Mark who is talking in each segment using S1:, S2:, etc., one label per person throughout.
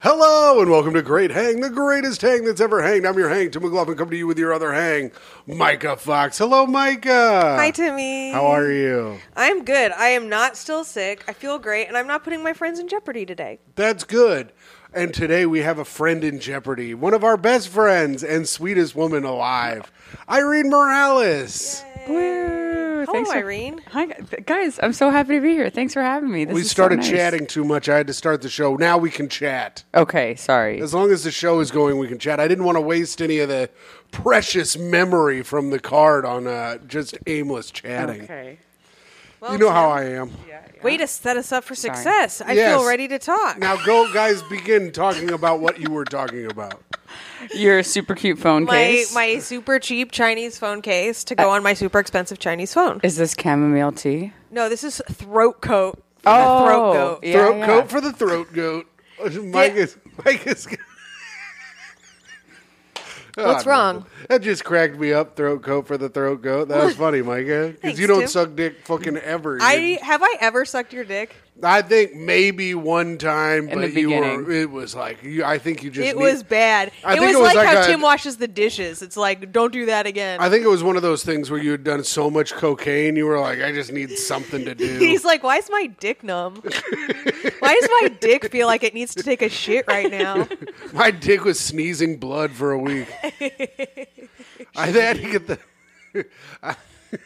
S1: Hello and welcome to Great Hang, the greatest hang that's ever hanged. I'm your hang, Tim McLaughlin, coming to you with your other hang, Micah Fox. Hello, Micah.
S2: Hi, Timmy.
S1: How are you?
S2: I'm good. I am not still sick. I feel great, and I'm not putting my friends in jeopardy today.
S1: That's good. And today we have a friend in jeopardy, one of our best friends and sweetest woman alive, Irene Morales.
S3: Woo!
S2: Hello,
S3: Thanks for-
S2: Irene.
S3: Hi, gu- guys. I'm so happy to be here. Thanks for having me. This
S1: We
S3: is so
S1: started
S3: nice.
S1: chatting too much. I had to start the show. Now we can chat.
S3: Okay, sorry.
S1: As long as the show is going, we can chat. I didn't want to waste any of the precious memory from the card on uh, just aimless chatting.
S3: Okay.
S2: Well,
S1: You know
S2: Tim,
S1: how I am.
S2: Way to set us up for success. I
S1: Yes.
S2: feel ready to talk.
S1: Now go, guys. Begin talking about what you were talking about.
S3: Your super cute phone
S2: my
S3: case.
S2: my super cheap Chinese phone case to go on my super expensive Chinese phone.
S3: is this chamomile tea?
S2: No, this is throat coat. for my
S3: Oh,
S2: throat goat.
S3: yeah.
S1: throat coat for the throat goat. Mike is Mike is.
S2: What's
S1: Oh,
S2: wrong?
S1: That just cracked me up. Throat coat for the throat goat. That was funny, Micah. Because
S2: Thanks,
S1: you don't
S2: Tim.
S1: suck dick fucking ever.
S2: I have I ever sucked your dick?
S1: I think maybe one time,
S3: In
S1: but
S3: the
S1: you were.
S3: beginning.
S1: It was like you, I think you just.
S2: It
S1: need-
S2: was bad.
S1: I
S2: it
S1: think
S2: was
S1: it was
S2: like,
S1: like
S2: how
S1: a-
S2: Tim washes the dishes. It's like, don't do that again.
S1: I think it was one of those things where you had done so much cocaine, you were like, I just need something to do.
S2: He's like, why is my dick numb? why does my dick feel like it needs to take a shit right now?
S1: My dick was sneezing blood for a week. I had to get the. that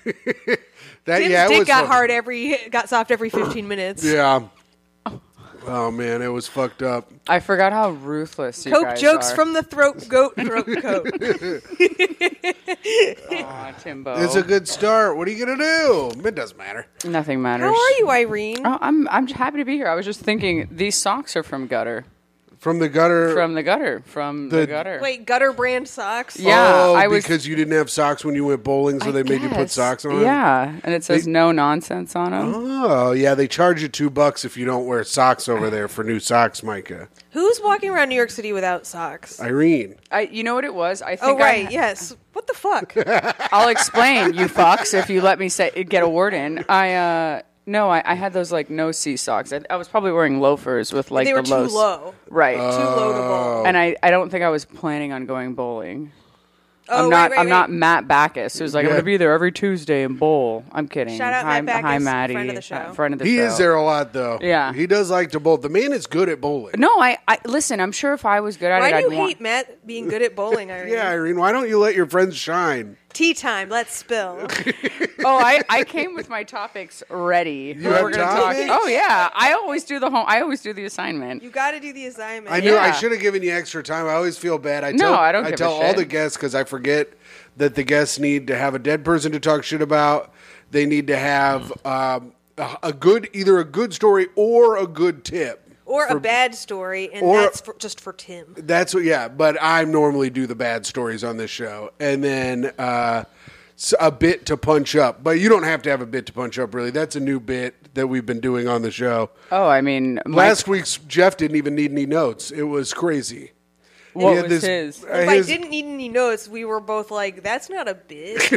S2: Tim's
S1: yeah, it
S2: dick
S1: was
S2: got
S1: fuck-
S2: hard every got soft every 15 minutes.
S1: Yeah. Oh man, it was fucked up.
S3: I forgot how ruthless you
S2: Coke
S3: guys
S2: jokes
S3: are.
S2: from the throat goat throat coat.
S3: Aw, Timbo.
S1: It's a good start. What are you gonna do? It doesn't matter.
S3: Nothing matters.
S2: How are you, Irene?
S3: Oh, I'm I'm happy to be here. I was just thinking these socks are from Gutter,
S1: From the gutter.
S3: from the Gutter, from the,
S1: The-
S3: Gutter.
S2: Wait, gutter brand socks.
S3: Yeah.
S1: oh,
S3: I was-
S1: because you didn't have socks when you went bowling, so
S3: I
S1: they made you put
S3: guess.
S1: socks on.
S3: Yeah, and it says no nonsense on them.
S1: Oh yeah, they charge you two bucks if you don't wear socks over there for new socks, Micah.
S2: Who's walking around New York City without socks?
S1: Irene.
S3: I, you know what it was? I think
S2: oh
S3: I-
S2: right, yes. What the fuck?
S3: I'll explain, you fucks, if you let me say get a word in. I uh no, I, I had those like no sea socks. I, I was probably wearing loafers with like
S2: they were
S3: the Oh.
S2: too
S3: lows.
S2: low.
S3: right?
S2: Too
S1: Oh.
S2: low to bowl.
S3: and I, I don't think I was planning on going bowling.
S2: Oh,
S3: I'm
S2: right,
S3: not
S2: right,
S3: I'm
S2: right.
S3: not Matt Backus who's like I'm
S1: Yeah.
S3: gonna be there every Tuesday and bowl. I'm kidding.
S2: Shout out
S3: hi,
S2: Matt Backus,
S3: hi
S2: friend
S3: Maddie,
S2: of the show.
S3: uh, friend of the
S1: He
S3: show.
S1: is there a lot though.
S3: Yeah.
S1: He does like to bowl. The man is good at bowling.
S3: No, I, I listen. I'm sure if I was good at
S2: Why
S3: it,
S2: do you
S3: I'd want.
S2: hate Matt being good at bowling, Irene?
S1: Yeah, Irene, why don't you let your friends shine?
S2: Tea time. Let's spill.
S3: Oh, I, I came with my topics ready. You
S1: have
S3: We're gonna talk-
S1: topics?
S3: Oh yeah, I always do the home. I always do the assignment.
S2: You got to do the assignment.
S1: I knew I
S3: Yeah.
S1: should have given you extra time. I always feel bad. I
S3: No,
S1: tell,
S3: I don't give a
S1: tell all
S3: shit.
S1: the guests because I forget that the guests need to have a dead person to talk shit about. They need to have um, a, a good, either a good story or a good tip.
S2: or a bad story, and
S1: or-
S2: that's for, just for Tim.
S1: That's what, yeah. But I normally do the bad stories on this show, and then uh, s- a bit to punch up. But you don't have to have a bit to punch up, really. That's a new bit that we've been doing on the show.
S3: Oh, I mean, my
S1: Last week's Jeff didn't even need any notes. It was crazy. He
S3: What
S1: had
S3: was his?
S1: uh,
S2: If I
S1: his-
S2: didn't need any notes, we were both like, "That's not a bit.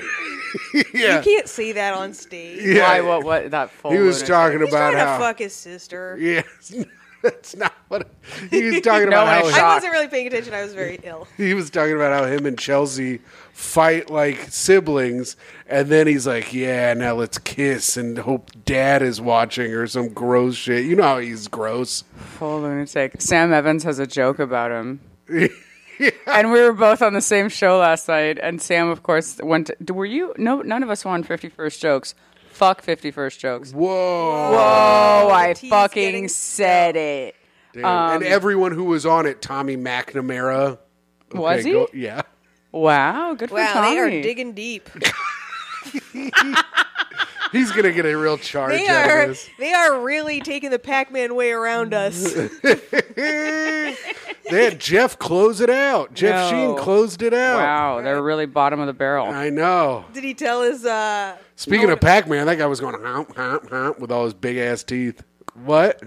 S2: You
S1: yeah,
S2: can't say that on stage." He's
S3: Why?
S1: yeah.
S3: What? What? That full.
S1: he was talking about
S2: trying
S1: how.
S2: to fuck his sister.
S1: yeah, that's not what he was talking
S3: No
S1: about.
S3: one
S1: how
S3: is
S1: he-
S2: I
S3: shocked.
S2: wasn't really paying attention. I was very ill.
S1: he was talking about how him and Chelsea fight like siblings, and then he's like, "Yeah, now let's kiss and hope Dad is watching or some gross shit." You know how he's gross.
S3: full lunatic. Sam Evans has a joke about him. And we were both on the same show last night, and Sam, of course, went. To, were you? No, none of us were on Fifty First Jokes. Fuck Fifty First Jokes.
S1: Whoa!
S3: Oh, I
S2: Tea's
S3: fucking
S2: getting
S3: said it.
S1: Damn. and
S3: Um,
S1: everyone who was on it, Tommy McNamara.
S3: Was he?
S1: yeah.
S3: Wow, good for
S2: Wow,
S3: Tommy.
S2: they are digging deep.
S1: He's gonna get a real charge
S2: They
S1: out of
S2: are.
S1: this.
S2: They are really taking the Pac-Man way around us.
S1: They had Jeff close it out. Jeff Sheen
S3: No.
S1: closed it out.
S3: Wow, they're really bottom of the barrel.
S2: Uh,
S1: I know.
S2: Did he tell his? Uh,
S1: Speaking of Pac Man, that guy was going honk, honk, honk with all his big ass teeth. What?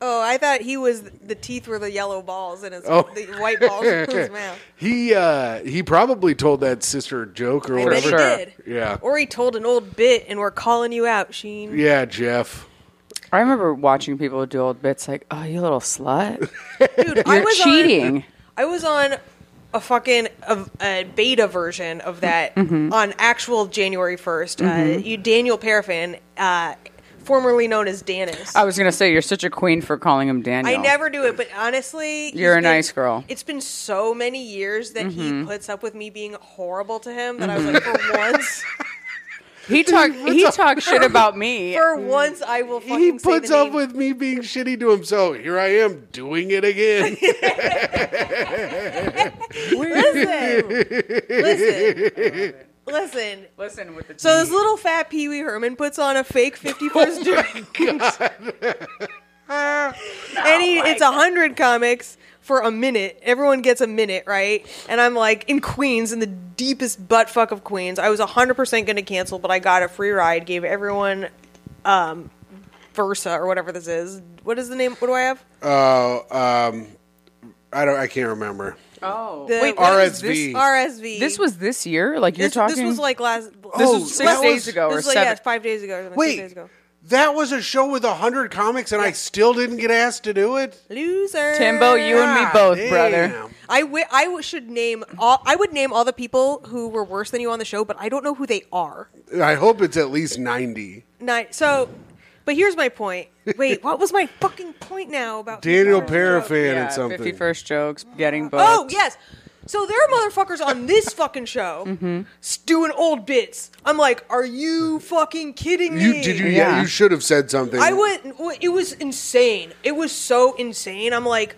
S2: oh, I thought he was. The teeth were the yellow balls in his.
S1: Oh.
S2: The white balls in his mouth.
S1: He uh, he probably told that sister joke or
S2: I bet
S1: whatever.
S2: he
S3: sure.
S2: did.
S1: Yeah.
S2: Or he told an old bit, and we're calling you out, Sheen.
S1: Yeah, Jeff.
S3: I remember watching people do old bits like, "Oh, you little slut!
S2: Dude, I
S3: You're
S2: was on-
S3: cheating."
S2: I was on a fucking a, a beta version of that on actual January 1st. Uh, you Daniel Parafin, uh, formerly known as Danis.
S3: I was gonna say you're such a queen for calling him Daniel.
S2: I never do it, but honestly,
S3: You're
S2: he's
S3: a nice girl.
S2: It's been so many years that he puts up with me being horrible to him that I was like, for once,
S3: He talked. He talked shit about me.
S2: for once, I will. Fucking
S1: He
S2: say
S1: puts
S2: the
S1: up
S2: name.
S1: with me being shitty to him, so here I am doing it again.
S2: Listen, listen, listen.
S3: Listen with the
S2: So this little fat Pee Wee Herman puts on a fake 51st drink. and he, it's a 100 comics for a minute. Everyone gets a minute, right? And I'm like, in Queens, in the deepest butt fuck of Queens, I was 100% going to cancel, but I got a free ride, gave everyone um, Versa or whatever this is. What is the name? What do I have?
S1: Oh, um, I don't. I can't remember.
S3: oh
S2: The-
S3: wait,
S2: what
S1: is this? RSV.
S2: RSV.
S3: This was this year. Like you're
S2: this,
S3: talking.
S2: this was like last. oh,
S3: This
S1: was six
S2: last-
S1: days
S3: ago
S2: this
S3: or
S2: was like, yeah,
S3: seven.
S2: five days ago. or six days
S1: Wait,
S2: ago.
S1: that was a show with hundred comics, and I still didn't get asked to do it.
S2: Loser.
S3: Timbo, you and me
S1: God
S3: both,
S1: damn.
S3: brother.
S2: I, w- I w- should name all. I would name all the people who were worse than you on the show, but I don't know who they are.
S1: I hope it's at least ninety.
S2: Nine, so, but here's my point. Wait, what was my fucking point now about
S1: Daniel
S2: Parafin?
S1: Parafan
S3: Yeah,
S1: and something.
S3: fifty first jokes, getting booked.
S2: Oh yes. So there are motherfuckers on this fucking show s- doing old bits. I'm like, are you fucking kidding me?
S1: You did you? Yeah,
S3: Yeah.
S1: you should have said something.
S2: I went. w- It was insane. It was so insane. I'm like,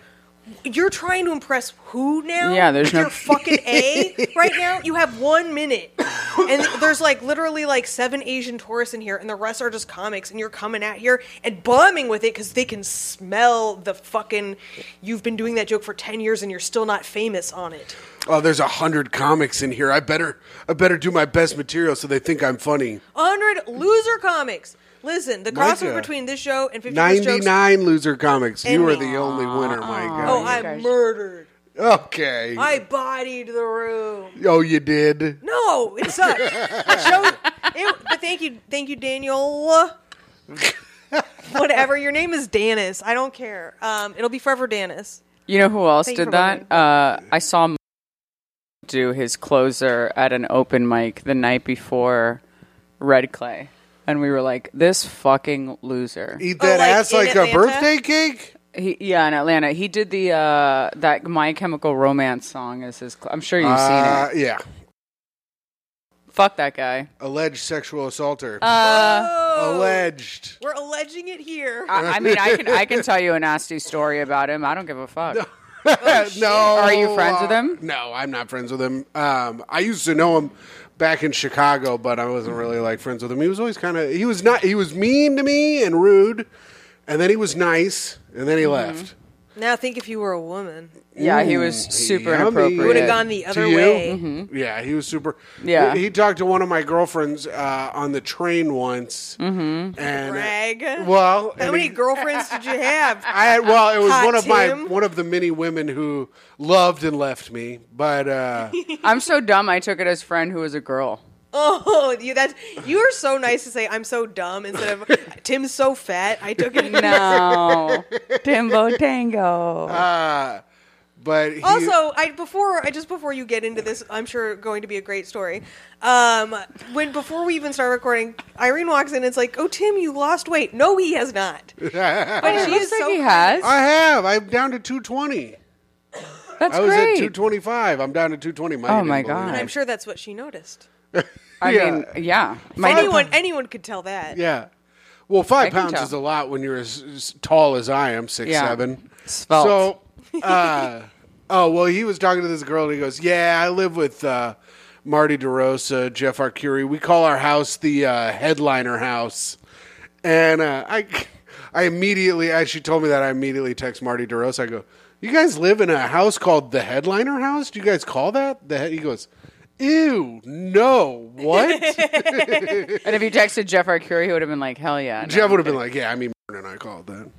S2: you're trying to impress who now?
S3: Yeah, there's no-
S2: your fucking a right now. You have one minute, and there's like literally like seven Asian tourists in here, and the rest are just comics, and you're coming out here and bombing with it because they can smell the fucking. You've been doing that joke for ten years, and you're still not famous on it.
S1: Oh, there's a hundred comics in here. I better, I better do my best material so they think I'm funny.
S2: Hundred loser comics. Listen, the
S1: My
S2: crossover
S1: God.
S2: between this show and 50 First
S1: Ninety
S2: jokes.
S1: nine loser comics. You
S2: And
S1: were
S2: me.
S1: the only winner, my
S2: Oh,
S1: guy.
S2: I
S3: guys-
S2: murdered.
S1: okay.
S2: I bodied the room.
S1: oh, you did.
S2: No, it sucked. It showed- it- but thank you, thank you, Daniel. Whatever your name is, Danis. I don't care. Um, it'll be forever, Danis.
S3: You know who else
S2: Thank you for
S3: did that? Uh, I saw M- do his closer at an open mic the night before Red Clay, and we were like, "This fucking loser."
S1: Eat that
S2: Oh, like
S1: ass
S2: in
S1: like
S2: Atlanta?
S1: a birthday cake.
S3: He, yeah, in Atlanta, he did the uh, that My Chemical Romance song as his. Cl- I'm sure you've
S1: Uh,
S3: seen
S1: yeah,
S3: it. Fuck that guy.
S1: alleged sexual assaulter.
S3: Uh,
S2: Oh,
S1: alleged.
S2: We're alleging it here.
S3: I, I mean, I can I can tell you a nasty story about him. I don't give a fuck.
S1: no.
S3: Oh, Are you friends with
S1: uh,
S3: him?
S1: No, I'm not friends with him. Um, I used to know him back in Chicago, but I wasn't really like friends with him. He was always kind of he was not he was mean to me and rude, and then he was nice, and then he left.
S2: now think if you were a woman,
S3: Mm-hmm. Yeah, he was super
S1: Yummy.
S3: inappropriate. Mm-hmm.
S2: Would've gone the
S1: To
S2: other
S1: you?
S2: way.
S1: Yeah, he was super.
S3: Yeah.
S1: he, he talked to one of my girlfriends uh, on the train once, mm-hmm. and
S2: brag.
S1: well,
S2: How
S1: and
S2: many
S1: he-
S2: girlfriends did you have?
S1: I had, well, it was
S2: Hot
S1: one of my
S2: Tim?
S1: one of the many women who loved and left me, but uh,
S3: I'm so dumb. I took it as friend who was a girl.
S2: Oh, you that's you are so nice to say I'm so dumb instead of Tim's so fat. I took it.
S3: No, Timbo Tango.
S1: uh, but he,
S2: Also, I before I just before you get into this, I'm sure going to be a great story. Um, when before we even start recording, Irene walks in. and It's like, oh Tim, you lost weight. No, he has not. But she is
S3: Looks like
S2: so.
S3: he has.
S1: I have. I'm down to 220.
S3: That's
S1: I was at
S3: great.
S1: 225. I'm God. 220. Mike
S3: Oh,
S1: didn't
S3: my
S1: believe
S3: God.
S2: And
S1: it.
S2: I'm sure that's what she noticed.
S3: I
S1: Yeah.
S3: mean, yeah. My,
S2: Anyone, anyone could tell that.
S1: Yeah. Well, five
S3: can
S1: pounds
S3: tell.
S1: is a lot when you're as, as tall as I am, six
S3: Yeah.
S1: seven.
S3: Svelte.
S1: So, uh, oh well, he was talking to this girl and he goes, "Yeah, I live with uh, Marty DeRosa, Jeff Arcuri. We call our house the uh, Headliner House." And uh, I, I immediately, as she told me that, I immediately text Marty DeRosa. I go, "You guys live in a house called the Headliner House? Do you guys call that the?" Head-? He goes. Ew, no, what?
S3: and if you texted Jeff Arcuri, he would have been like, "Hell yeah." no.
S1: Jeff would have been like, "Yeah, I mean, and I called that."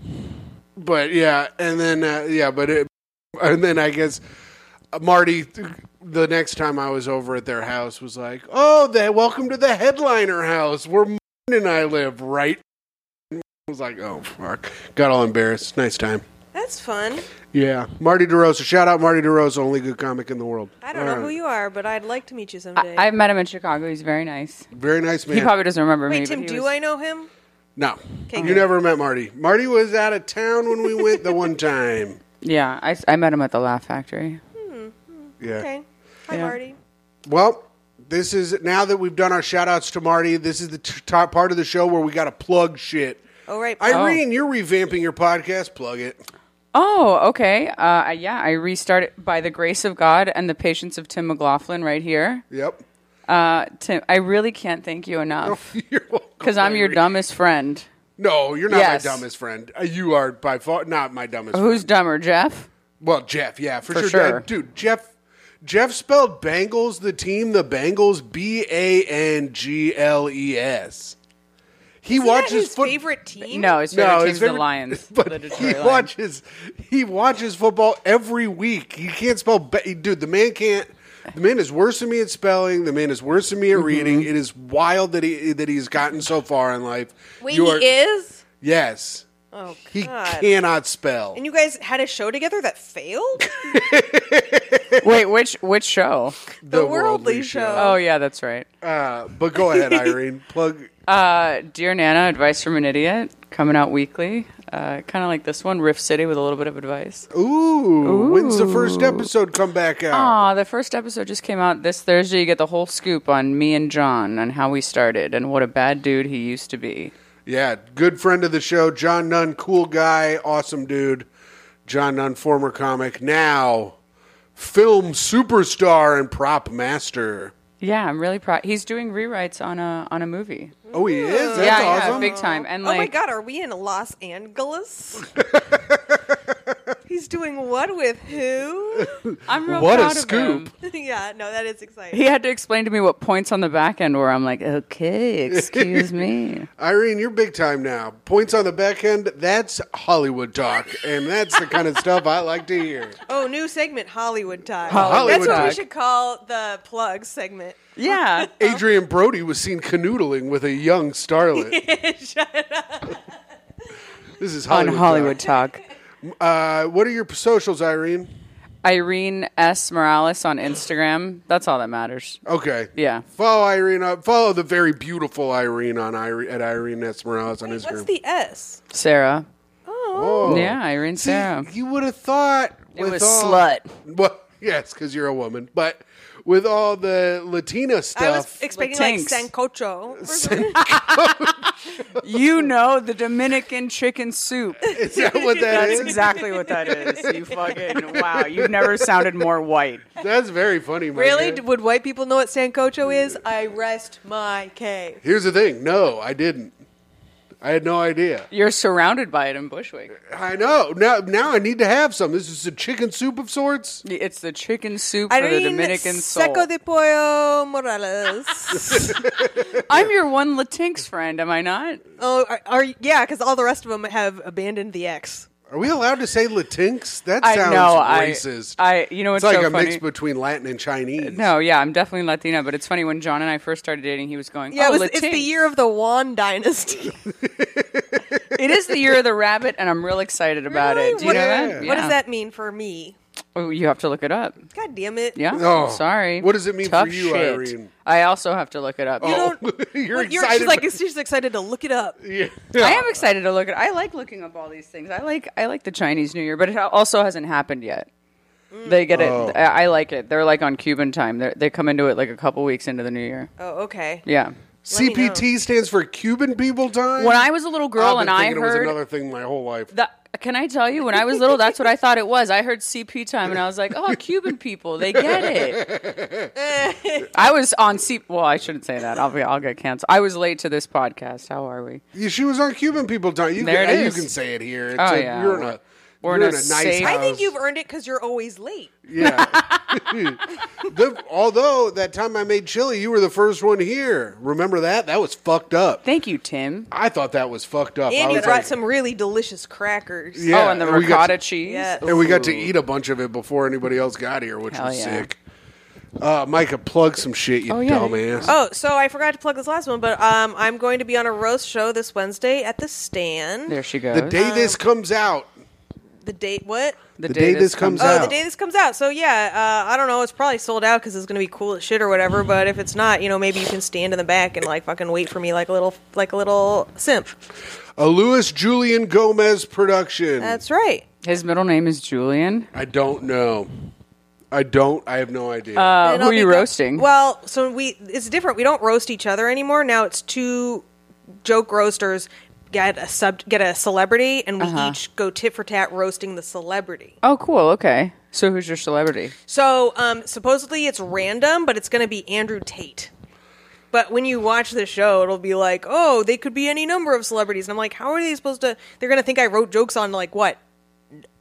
S1: But yeah, and then uh, yeah, but it, and then I guess uh, Marty, th- the next time I was over at their house, was like, "Oh, the welcome to the headliner house where and I live, right?" I was like, oh, fuck. Got all embarrassed. Nice time.
S2: That's fun.
S1: Yeah. Marty DeRosa. Shout out Marty DeRosa, only good comic in the world.
S2: I don't
S1: All
S2: know who
S1: right.
S2: you are, but I'd like to meet you someday.
S3: I, I met him in Chicago. He's very nice.
S1: Very nice man.
S3: He probably doesn't remember me.
S2: Wait,
S3: but
S2: Tim,
S3: he
S2: do
S3: was-
S2: I know him?
S1: no.
S2: Okay,
S1: you
S2: good.
S1: never met Marty. Marty was out of town when we went the one time.
S3: Yeah, I, s- I met him at the Laugh Factory.
S1: Yeah.
S2: Okay. Hi,
S3: Yeah.
S2: Marty.
S1: Well, this is now that we've done our shout outs to Marty, this is the t- top part of the show where we got to plug shit.
S2: Oh, right.
S1: Irene, you're revamping your podcast. Plug it.
S3: Oh, okay. Uh, yeah, I restarted by the grace of God and the patience of Tim McLaughlin right here.
S1: Yep.
S3: Uh, Tim, I really can't thank you enough
S1: You're welcome,
S3: because I'm your
S1: Irene.
S3: dumbest friend.
S1: No, you're not
S3: Yes.
S1: my dumbest friend. Uh, You are by far not my dumbest.
S3: Who's dumber, Jeff?
S1: Well, Jeff, yeah, for,
S3: For
S1: sure.
S3: sure.
S1: Uh, Dude, Jeff Jeff spelled Bengals the team, the Bengals B A N G L E S. He
S2: Isn't that
S1: watches
S2: his
S1: foot-
S2: favorite team?
S3: No, his favorite
S1: his
S3: team's the
S1: favorite-
S3: Lions. the
S1: But he
S3: Detroit Lions.
S1: watches he watches football every week. He can't spell ba- dude, the man can't the man is worse than me at spelling. The man is worse than me at
S3: Mm-hmm.
S1: reading. It is wild that he that he's gotten so far in life.
S2: Wait,
S1: You
S2: he
S1: are-
S2: is?
S1: Yes.
S2: Oh,
S1: He
S2: God.
S1: cannot spell.
S2: and you guys had a show together that failed?
S3: Wait, which which show?
S2: The Worldly Show.
S3: Oh yeah, that's right.
S1: Uh, but go ahead, Irene. Plug.
S3: Uh, Dear Nana, advice from an idiot, coming out weekly. Uh, kind of like this one, Riff City, with a little bit of advice.
S1: Ooh, when's the first episode come back out?
S3: Ah, the first episode just came out this Thursday. You get the whole scoop on me and John and how we started and what a bad dude he used to be.
S1: Yeah, good friend of the show, John Nunn, cool guy, awesome dude. John Nunn, former comic, now film superstar and prop master.
S3: Yeah, I'm really proud. He's doing rewrites on a on a movie.
S1: Oh, he is. That's
S3: yeah, yeah,
S1: awesome.
S3: big time. And
S2: oh, my
S3: like,
S2: God. Are we in Los Angeles? He's doing what with who?
S3: I'm real
S1: What a
S3: proud of
S1: scoop.
S3: him.
S2: yeah, no, that is exciting.
S3: He had to explain to me what points on the back end were. I'm like, okay, excuse me.
S1: Irene, you're big time now. Points on the back end. That's Hollywood talk, and that's the kind of stuff I like to hear.
S2: Oh, new segment, Hollywood Time.
S3: Hollywood
S2: That's what we
S3: Talk.
S2: should call the plug segment.
S3: Yeah.
S1: Adrian Brody was seen canoodling with a young starlet. This is
S3: on
S1: Hollywood
S3: Hollywood
S1: talk.
S3: Talk.
S1: Uh, what are your p- socials, Irene?
S3: Irene S. Morales on Instagram. That's all that matters.
S1: Okay.
S3: Yeah.
S1: Follow Irene. Uh, follow the very beautiful Irene on Irene at Irene S Morales on Instagram.
S2: What's the S?
S3: Sarah.
S2: Oh,
S1: oh.
S3: Yeah, Irene
S1: See,
S3: Sarah.
S1: you would have thought
S3: It
S1: with
S3: was
S1: all-
S3: slut.
S1: Well, yes, because you're a woman. But with all the Latina stuff,
S2: I was expecting like
S3: Latinx.
S2: Sancocho. or
S3: You know the Dominican chicken soup.
S1: is that what that
S3: That's
S1: is?
S3: exactly what that is. You fucking wow. You've never sounded more white.
S1: That's very funny. My
S2: Really?
S1: guy.
S2: D- Would white people know what Sancocho is? I rest my case.
S1: Here's the thing. No, I didn't. I had no idea.
S3: You're surrounded by it in Bushwick.
S1: I know. Now, now I need to have some. This is a chicken soup of sorts.
S3: It's the chicken soup for the
S2: Irene
S3: Dominican soul.
S2: Seco de Pollo Morales.
S3: I'm your one Latinx friend, am I not?
S2: oh, are, are yeah, because all the rest of them have abandoned the X.
S1: Are we allowed to say Latinx? That
S3: I
S1: sounds
S3: know, I-
S1: racist.
S3: I- you know,
S1: it's,
S3: it's
S1: like
S3: so
S1: a mix
S3: funny.
S1: between Latin and Chinese.
S3: No, yeah, I'm definitely Latina, but it's funny when John and I first started dating, he was going,
S2: Yeah,
S3: "Oh,
S2: it was, it's the
S3: Latinx."
S2: year of the Wan Dynasty.
S3: It is the year of the rabbit, and I'm real excited about
S2: Really?
S3: it. Do you
S2: What-
S3: know that?
S1: Yeah.
S2: What
S3: Yeah.
S2: does that mean for me?
S3: Oh, you have to look it up.
S2: God damn it!
S3: Yeah.
S1: Oh.
S3: sorry.
S1: What does it mean for
S3: Tough
S1: you,
S3: shit.
S1: Irene?
S3: I also have to look it up.
S2: You
S1: Oh,
S2: don't.
S1: you're
S2: what-
S1: excited
S2: She's like,
S1: for-
S2: she's excited to look it up.
S1: Yeah.
S3: I am excited to look at. I like looking up all these things. I like I like the Chinese New Year, but it also hasn't happened yet. They get
S1: Oh.
S3: it. I I like it. They're like on Cuban time. They're, they come into it like a couple weeks into the New Year.
S2: Oh, okay.
S3: Yeah.
S2: Let me
S1: CPT stands for Cuban People Time.
S3: When I was a little girl
S1: I've been
S3: and I
S1: thinking it was
S3: heard
S1: another thing my whole life.
S3: that. Can I tell you? When I was little, that's what I thought it was. I heard CP time, and I was like, "Oh, Cuban people, they get it." I was on C. Well, I shouldn't say that. I'll be. I'll get canceled. I was late to this podcast. How are we?
S1: Yeah, She was on Cuban People Time. You
S3: There
S1: can, uh,
S3: it
S1: you
S3: is.
S1: can say it here. It's
S3: Oh,
S1: a-
S3: yeah.
S1: You're in a,
S3: We're
S1: you're
S3: in a
S1: nice
S3: safe-
S1: house.
S2: I think you've earned it because you're always late.
S1: Yeah. The- although that time I made chili, you were the first one here. Remember that? That was fucked up.
S3: Thank you, Tim.
S1: I thought that was fucked up. I
S2: And you
S1: was
S2: brought
S1: like-
S2: some really delicious crackers.
S1: Yeah,
S3: oh, and the
S1: and we got
S3: ricotta
S1: to-
S3: cheese.
S2: Yes.
S1: and we got to eat a bunch of it before anybody else got here, which
S3: Hell
S1: was
S3: yeah.
S1: sick. Uh, Micah, plug some shit, you
S3: Oh, yeah.
S1: dumbass.
S2: Oh, so I forgot to plug this last one, but um, I'm going to be on a roast show this Wednesday at the Stand.
S3: There she goes.
S1: the day this comes out,
S2: The date? What?
S1: the day this comes
S2: Oh,
S1: out.
S2: the day this comes out. So yeah, uh, I don't know. It's probably sold out because it's gonna be cool as shit or whatever. But if it's not, you know, maybe you can stand in the back and like fucking wait for me like a little like a little simp.
S1: a Louis Julian Gomez production.
S2: That's right.
S3: His middle name is Julian.
S1: I don't know. I don't. I have no idea.
S3: Uh,
S2: And
S3: who
S2: I'll
S3: are
S2: be
S3: you
S2: back-
S3: roasting?
S2: Well, so we it's different. We don't roast each other anymore. Now it's two joke roasters get a sub get a celebrity, and we
S3: Uh-huh.
S2: each go tit for tat roasting the celebrity.
S3: oh, cool. Okay. So who's your celebrity?
S2: So um, supposedly it's random, but it's going to be Andrew Tate. But when you watch the show, it'll be like, oh, they could be any number of celebrities. And I'm like, how are they supposed to? They're going to think I wrote jokes on like what?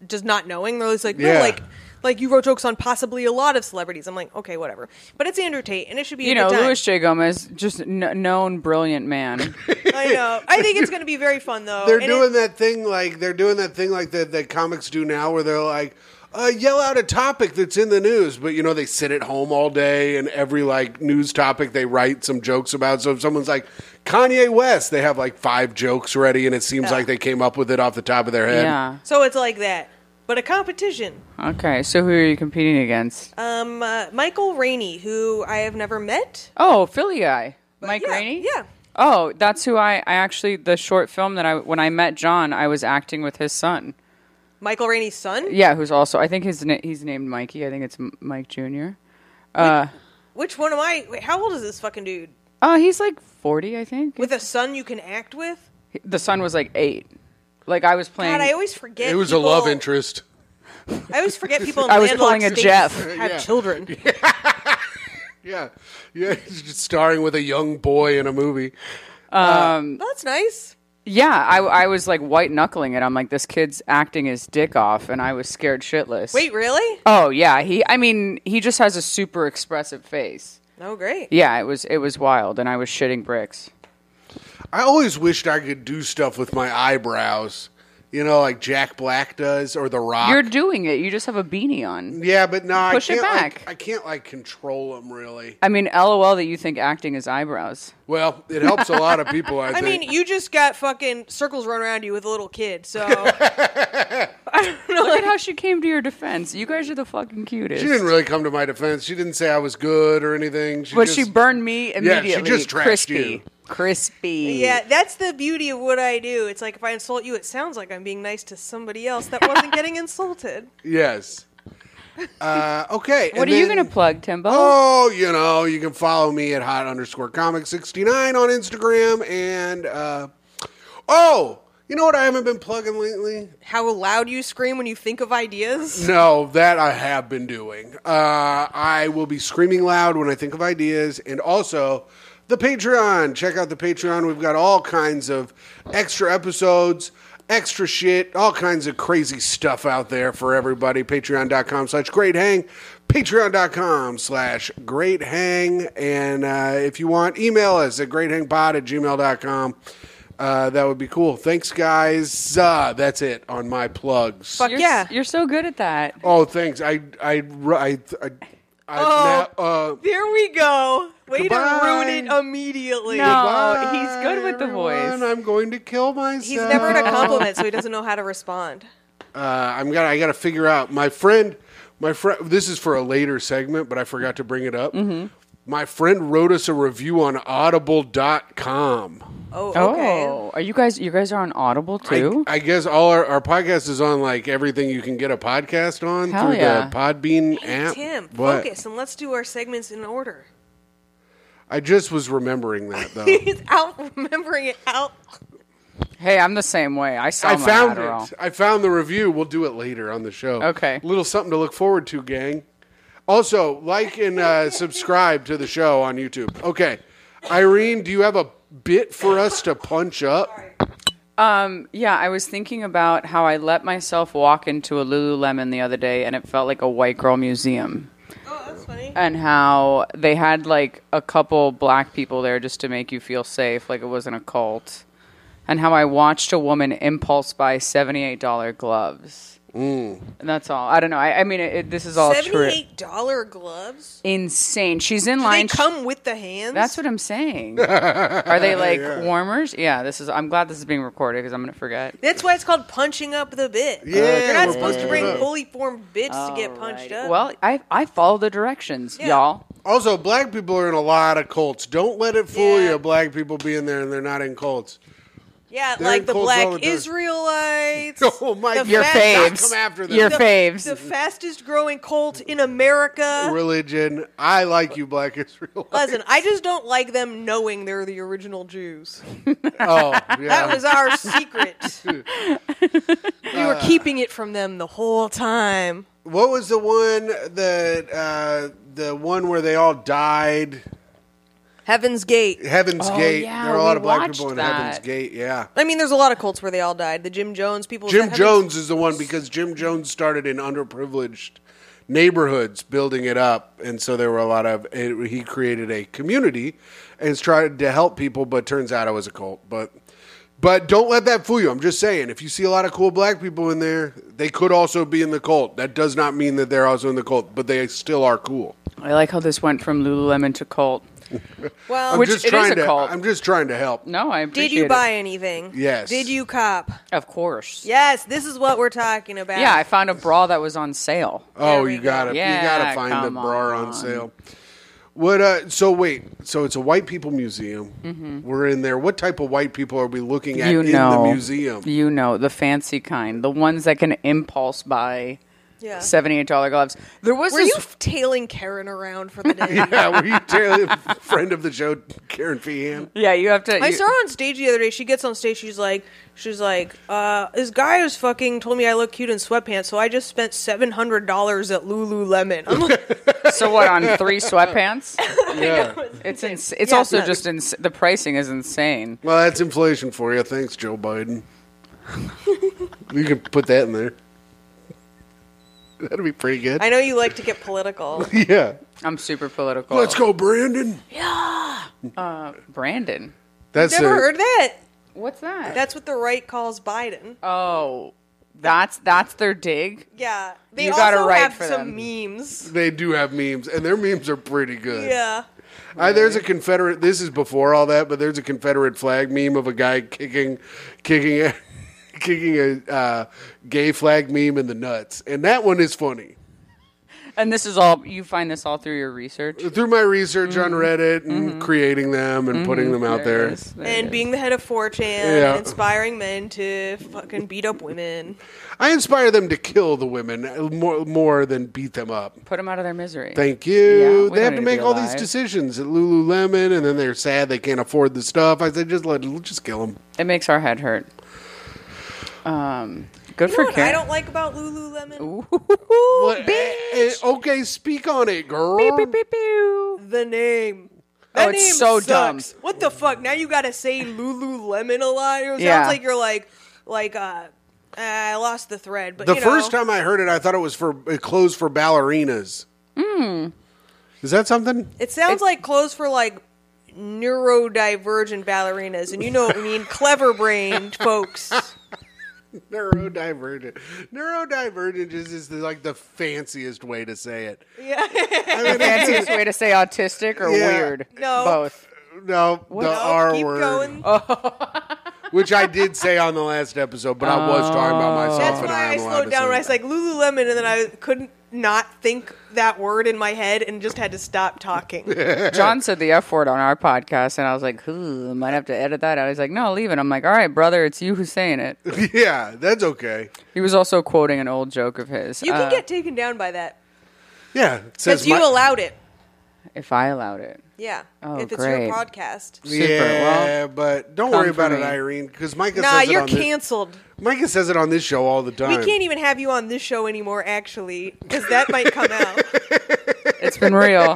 S2: Just not knowing. They're always like, no,
S1: Yeah.
S2: like, like you wrote jokes on possibly a lot of celebrities. I'm like, okay, whatever. But it's Andrew Tate, and it should be
S3: You
S2: a
S3: know,
S2: good time.
S3: Louis J. Gomez, just kn- known brilliant man.
S2: I know. I think it's going to be very fun though.
S1: they're
S2: And it-
S1: doing that thing like they're doing that thing like that that comics do now, where they're like, uh, yell out a topic that's in the news, but you know they sit at home all day and every like news topic they write some jokes about. So if someone's like Kanye West, they have like five jokes ready, and it seems
S2: Yeah.
S1: like they came up with it off the top of their head.
S3: yeah.
S2: So it's like that, but a competition.
S3: Okay. So who are you competing against?
S2: Um, uh, Michael Rainey, who I have never met.
S3: oh, Philly guy. Mike
S2: yeah,
S3: Rainey?
S2: yeah.
S3: Oh, that's who I, I actually, the short film that I, when I met John, I was acting with his son.
S2: Michael Rainey's son.
S3: Yeah, who's also, I think his na- he's named Mikey. I think it's M- Mike Jr. Uh,
S2: Which one am I? Wait, how old is this fucking dude?
S3: uh, he's like 40, I think.
S2: With a son you can act with?
S3: the son was like eight. Like I was playing.
S2: God, I always forget.
S1: It was a
S2: people-
S1: love interest.
S2: I always forget people. In
S3: I was
S2: landlocked
S3: calling it
S2: states
S3: Jeff.
S2: Have
S1: Yeah.
S2: children.
S1: Yeah, yeah, starring with a young boy in a movie.
S2: That's nice.
S3: yeah, I, I was like white knuckling it. I'm like, this kid's acting his dick off, and I was scared shitless.
S2: Wait, really?
S3: Oh yeah, he. I mean, he just has a super expressive face.
S2: Oh, great.
S3: Yeah, it was it was wild, and I was shitting bricks.
S1: I always wished I could do stuff with my eyebrows, you know, like Jack Black does or The Rock.
S3: You're doing it. You just have a beanie on.
S1: yeah, but no, I
S3: Push it
S1: can't.
S3: back.
S1: Like, I can't like control them really.
S3: I mean, lol, that you think acting is eyebrows.
S1: Well, it helps a lot of people. I,
S2: I
S1: think.
S2: mean, you just got fucking circles run around you with a little kid, so I don't know.
S3: Look at how she came to your defense. You guys are the fucking cutest.
S1: she didn't really come to my defense. She didn't say I was good or anything. She
S3: but
S1: just,
S3: she burned me
S1: Yeah,
S3: immediately.
S1: she just trashed
S3: crispy,
S1: you.
S3: crispy.
S2: Yeah, that's the beauty of what I do. It's like if I insult you, it sounds like I'm being nice to somebody else that wasn't getting insulted.
S1: yes. Uh, okay.
S3: What
S1: and
S3: are you
S1: then-
S3: gonna plug, Timbo?
S1: Oh, you know, you can follow me at hot underscore comic 69 on Instagram. And, uh, oh, you know what I haven't been plugging lately?
S2: How loud you scream when you think of ideas.
S1: No, that I have been doing. Uh, I will be screaming loud when I think of ideas, and also the Patreon. Check out the Patreon. We've got all kinds of extra episodes, extra shit, all kinds of crazy stuff out there for everybody. Patreon.com slash great hang. Patreon.com slash great hang. And uh, if you want, email us at greathangpod at gmail.com. Uh, that would be cool. Thanks, guys. Uh, that's it on my plugs.
S2: Fuck
S3: You're s-
S2: yeah.
S3: you're so good at that.
S1: Oh, thanks. I, I, I, I, I
S3: Oh.
S1: now, uh,
S2: There we go. Way to
S1: Goodbye.
S2: ruin it immediately.
S3: No.
S1: goodbye,
S3: he's good with the voice.
S1: I'm going to kill myself.
S2: He's never heard a compliment, so he doesn't know how to respond.
S1: Uh, I'm gonna, I gotta figure out my friend. My friend. This is for a later segment, but I forgot to bring it up.
S3: Mm-hmm.
S1: My friend wrote us a review on Audible.com.
S2: Oh, okay.
S3: Oh, are you guys? You guys are on Audible too?
S1: I guess all our, our podcast is on like everything you can get a podcast on
S3: Hell
S1: through
S3: yeah.
S1: the Podbean app.
S2: Tim,
S1: What?
S2: focus and let's do our segments in order.
S1: I just was remembering that though.
S2: He's out remembering it out.
S3: hey, I'm the same way. I saw
S1: I
S3: my
S1: found
S3: Adderall.
S1: it. I found the review. We'll do it later on the show.
S3: Okay.
S1: little something to look forward to, gang. Also, like and uh, subscribe to the show on YouTube. Okay. Irene, do you have a bit for us to punch up?
S3: Um, yeah, I was thinking about how I let myself walk into a Lululemon the other day, and it felt like a white girl museum,
S2: Oh, that's funny.
S3: and how they had like a couple black people there just to make you feel safe, like it wasn't a cult, and how I watched a woman impulse buy seventy eight dollar gloves. And that's all. I don't know. I, I mean, it, it- this is all true.
S2: Seventy-eight dollar gloves.
S3: Insane. She's in
S2: Do they
S3: line.
S2: come with the hands.
S3: That's what I'm saying. Are they like warmers? Yeah. This is. I'm glad this is being recorded because I'm gonna forget.
S2: That's why it's called punching up the bit.
S1: Yeah,
S2: you're not
S1: we're
S2: supposed to
S1: punching
S2: bring
S1: up.
S2: fully formed bits to get punched
S3: Alrighty.
S2: up.
S3: Well, I I follow the directions,
S2: Yeah.
S3: y'all.
S1: Also, black people are in a lot of cults. Don't let it fool
S2: Yeah.
S1: you, black people being there and they're not in cults.
S2: yeah,
S1: they're
S2: like
S1: in
S2: the
S1: Cold
S2: black
S1: War with the-
S2: Israelites.
S1: Oh my
S2: the
S1: God.
S3: Your
S2: fast-
S3: faves.
S1: Come after them.
S3: Your
S1: The-
S3: faves.
S2: The fastest growing cult in America.
S1: Religion. I like you, black Israel.
S2: Listen, I just don't like them knowing they're the original Jews.
S1: Oh, yeah.
S2: That was our secret. we
S1: Uh.
S2: were keeping it from them the whole time.
S1: what was the one that uh, the one where they all died?
S2: Heaven's Gate.
S1: Heaven's
S3: Oh,
S1: Gate.
S3: yeah,
S1: there are a
S3: we
S1: lot of black people
S3: watched
S1: in
S3: that.
S1: Heaven's Gate. Yeah.
S2: I mean, there's a lot of cults where they all died. The Jim Jones people. was
S1: Jim
S2: that Heaven's-
S1: Jones is the one because Jim Jones started in underprivileged neighborhoods building it up and so there were a lot of it, he created a community and tried to help people but turns out it was a cult but but don't let that fool you i'm just saying if you see a lot of cool black people in there they could also be in the cult that does not mean that they're also in the cult but they still are cool
S3: I like how this went from Lululemon to Colt.
S2: Well,
S1: i'm
S3: Which
S1: just
S3: it is
S1: trying
S3: a
S1: to
S3: cult.
S1: i'm just trying to help
S3: No, I appreciate
S2: did you
S3: it.
S2: buy anything?
S1: Yes.
S2: Did you cop?
S3: Of course.
S2: Yes, this is what we're talking about.
S3: Yeah, I found a bra that was on sale.
S1: Oh,
S2: There
S1: you
S2: we
S1: gotta
S2: go.
S1: you
S3: Yeah,
S1: gotta find the
S3: come
S1: bra on,
S3: on.
S1: sale. What? Uh, so wait, so it's a white people museum.
S2: Mm-hmm.
S1: We're in there. What type of white people are we looking at
S3: you
S1: in
S3: know,
S1: the museum?
S3: You know, the fancy kind, the ones that can impulse buy
S2: Yeah.
S3: seventy-eight dollar gloves. There was
S2: Were
S3: this.
S2: you tailing Karen around for the day?
S1: yeah, were you telling a friend of the show, Karen Feehan?
S3: yeah, you have to.
S2: I
S3: you-
S2: saw her on stage the other day. She gets on stage. She's like, she's like, uh, this guy was fucking told me I look cute in sweatpants, so I just spent seven hundred dollars at Lululemon. I'm like,
S3: so what on three sweatpants?
S1: Yeah.
S3: It's ins- it's
S2: Yeah,
S3: also
S2: no.
S3: just ins- the pricing is insane.
S1: Well, that's inflation for you. Thanks, Joe Biden. you can put that in there. That'd be pretty good.
S2: I know you like to get political.
S1: yeah.
S3: I'm super political.
S1: Let's go, Brandon.
S3: Brandon.
S1: That's
S2: Never
S1: it.
S2: heard that.
S3: What's that?
S2: That's what the right calls Biden.
S3: oh, that's that's their dig.
S2: Yeah, they
S3: You
S2: also
S3: got it right
S2: have
S3: for
S2: some
S3: them.
S2: memes.
S1: They do have memes, and their memes are pretty good.
S2: Yeah,
S1: I, there's a Confederate. This is before all that, but there's a Confederate flag meme of a guy kicking, kicking, a, kicking a uh, gay flag meme in the nuts, and that one is funny.
S3: And this is all you find this all through your research.
S1: Through my research on Reddit and creating them and putting them out
S3: Mm-hmm. There
S1: there,
S3: it is, there it
S2: and
S3: is.
S2: being the head of 4chan,
S1: Yeah.
S2: and inspiring men to fucking beat up women.
S1: I inspire them to kill the women more more than beat them up.
S3: put them out of their misery.
S1: Thank
S3: Yeah,
S1: you.
S3: we
S1: they have to
S3: don't need to
S1: make
S3: be
S1: all these
S3: alive.
S1: decisions at Lululemon, and then they're sad they can't afford the stuff. I said, just let just kill them.
S3: it makes our head hurt. Um, good
S2: You know
S3: for
S2: what I
S3: Karen.
S2: don't like about Lululemon?
S1: eh, okay, speak on it, girl.
S3: Oh, Beep, beep, beep.
S2: The name. That
S3: it's
S2: name
S3: so
S2: sucks. What the fuck? Now you gotta say Lululemon a lot. It sounds
S3: Yeah.
S2: like you're like, like, uh, I lost the thread. But
S1: The
S2: you know,
S1: first time I heard it, I thought it was for it clothes for ballerinas. Is that something?
S2: Hmm. it sounds like clothes for like neurodivergent ballerinas, and you know what I mean, clever brained folks.
S1: Neurodivergent. Neurodivergent is, is the, like the fanciest way to say it.
S2: Yeah,
S1: I mean,
S3: Fanciest way to say autistic or
S1: Yeah.
S3: weird?
S2: No.
S3: both.
S1: no, the R
S2: keep
S1: word, Oh,
S2: going.
S1: which I did say on the last episode, but I was talking about myself.
S2: That's
S1: and
S2: why
S1: I,
S2: I
S1: am allowed
S2: slowed
S1: to
S2: down.
S1: say
S2: When I
S1: it.
S2: was like Lululemon, and then I couldn't not think that word in my head, and just had to stop talking.
S3: John said the F word on our podcast, and I was like, "Ooh, might have to edit that out." He's like, "No, leave it." I'm like, "All right, brother, it's you who's saying it."
S1: yeah, that's okay.
S3: He was also quoting an old joke of his.
S2: You can
S3: Uh,
S2: get taken down by that
S1: Yeah, it
S2: because
S1: says
S2: you
S1: my-
S2: allowed it.
S3: if I allowed it.
S2: Yeah.
S3: Oh,
S2: if it's
S3: great.
S2: your podcast.
S3: Super.
S1: Yeah,
S3: Well,
S1: but don't
S3: come
S1: worry
S3: for
S1: about it,
S3: me.
S1: Irene, because Micah
S2: Nah,
S1: says it
S2: you're
S1: on this-
S2: canceled.
S1: Micah says it on this show all the time.
S2: We can't even have you on this show anymore, actually, because that might come out.
S3: it's been real.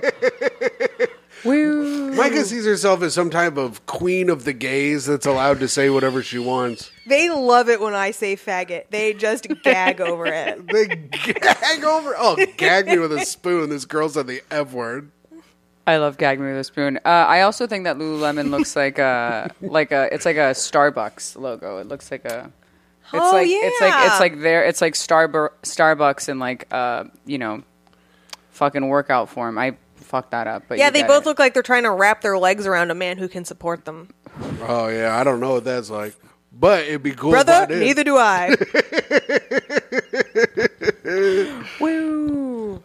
S3: Woo.
S1: Micah sees herself as some type of queen of the gays that's allowed to say whatever she wants.
S2: They love it when I say faggot. They just gag over it.
S1: They gag over. Oh, gag me with a spoon. This girl said the F word.
S3: I love gag me with a spoon. Uh, I also think that Lululemon looks like a like a it's like a Starbucks logo. It looks like a It's
S2: Oh,
S3: like it's like
S2: yeah.
S3: it's like there it's like Starbu- Starbucks and like uh you know fucking workout form. I fucked that up. But
S2: Yeah,
S3: you
S2: they
S3: get
S2: both
S3: it.
S2: look like they're trying to wrap their legs around a man who can support them.
S1: Oh yeah, I don't know what that's like, but it'd be cool.
S2: Brother,
S1: if I did.
S2: neither do I. Woo.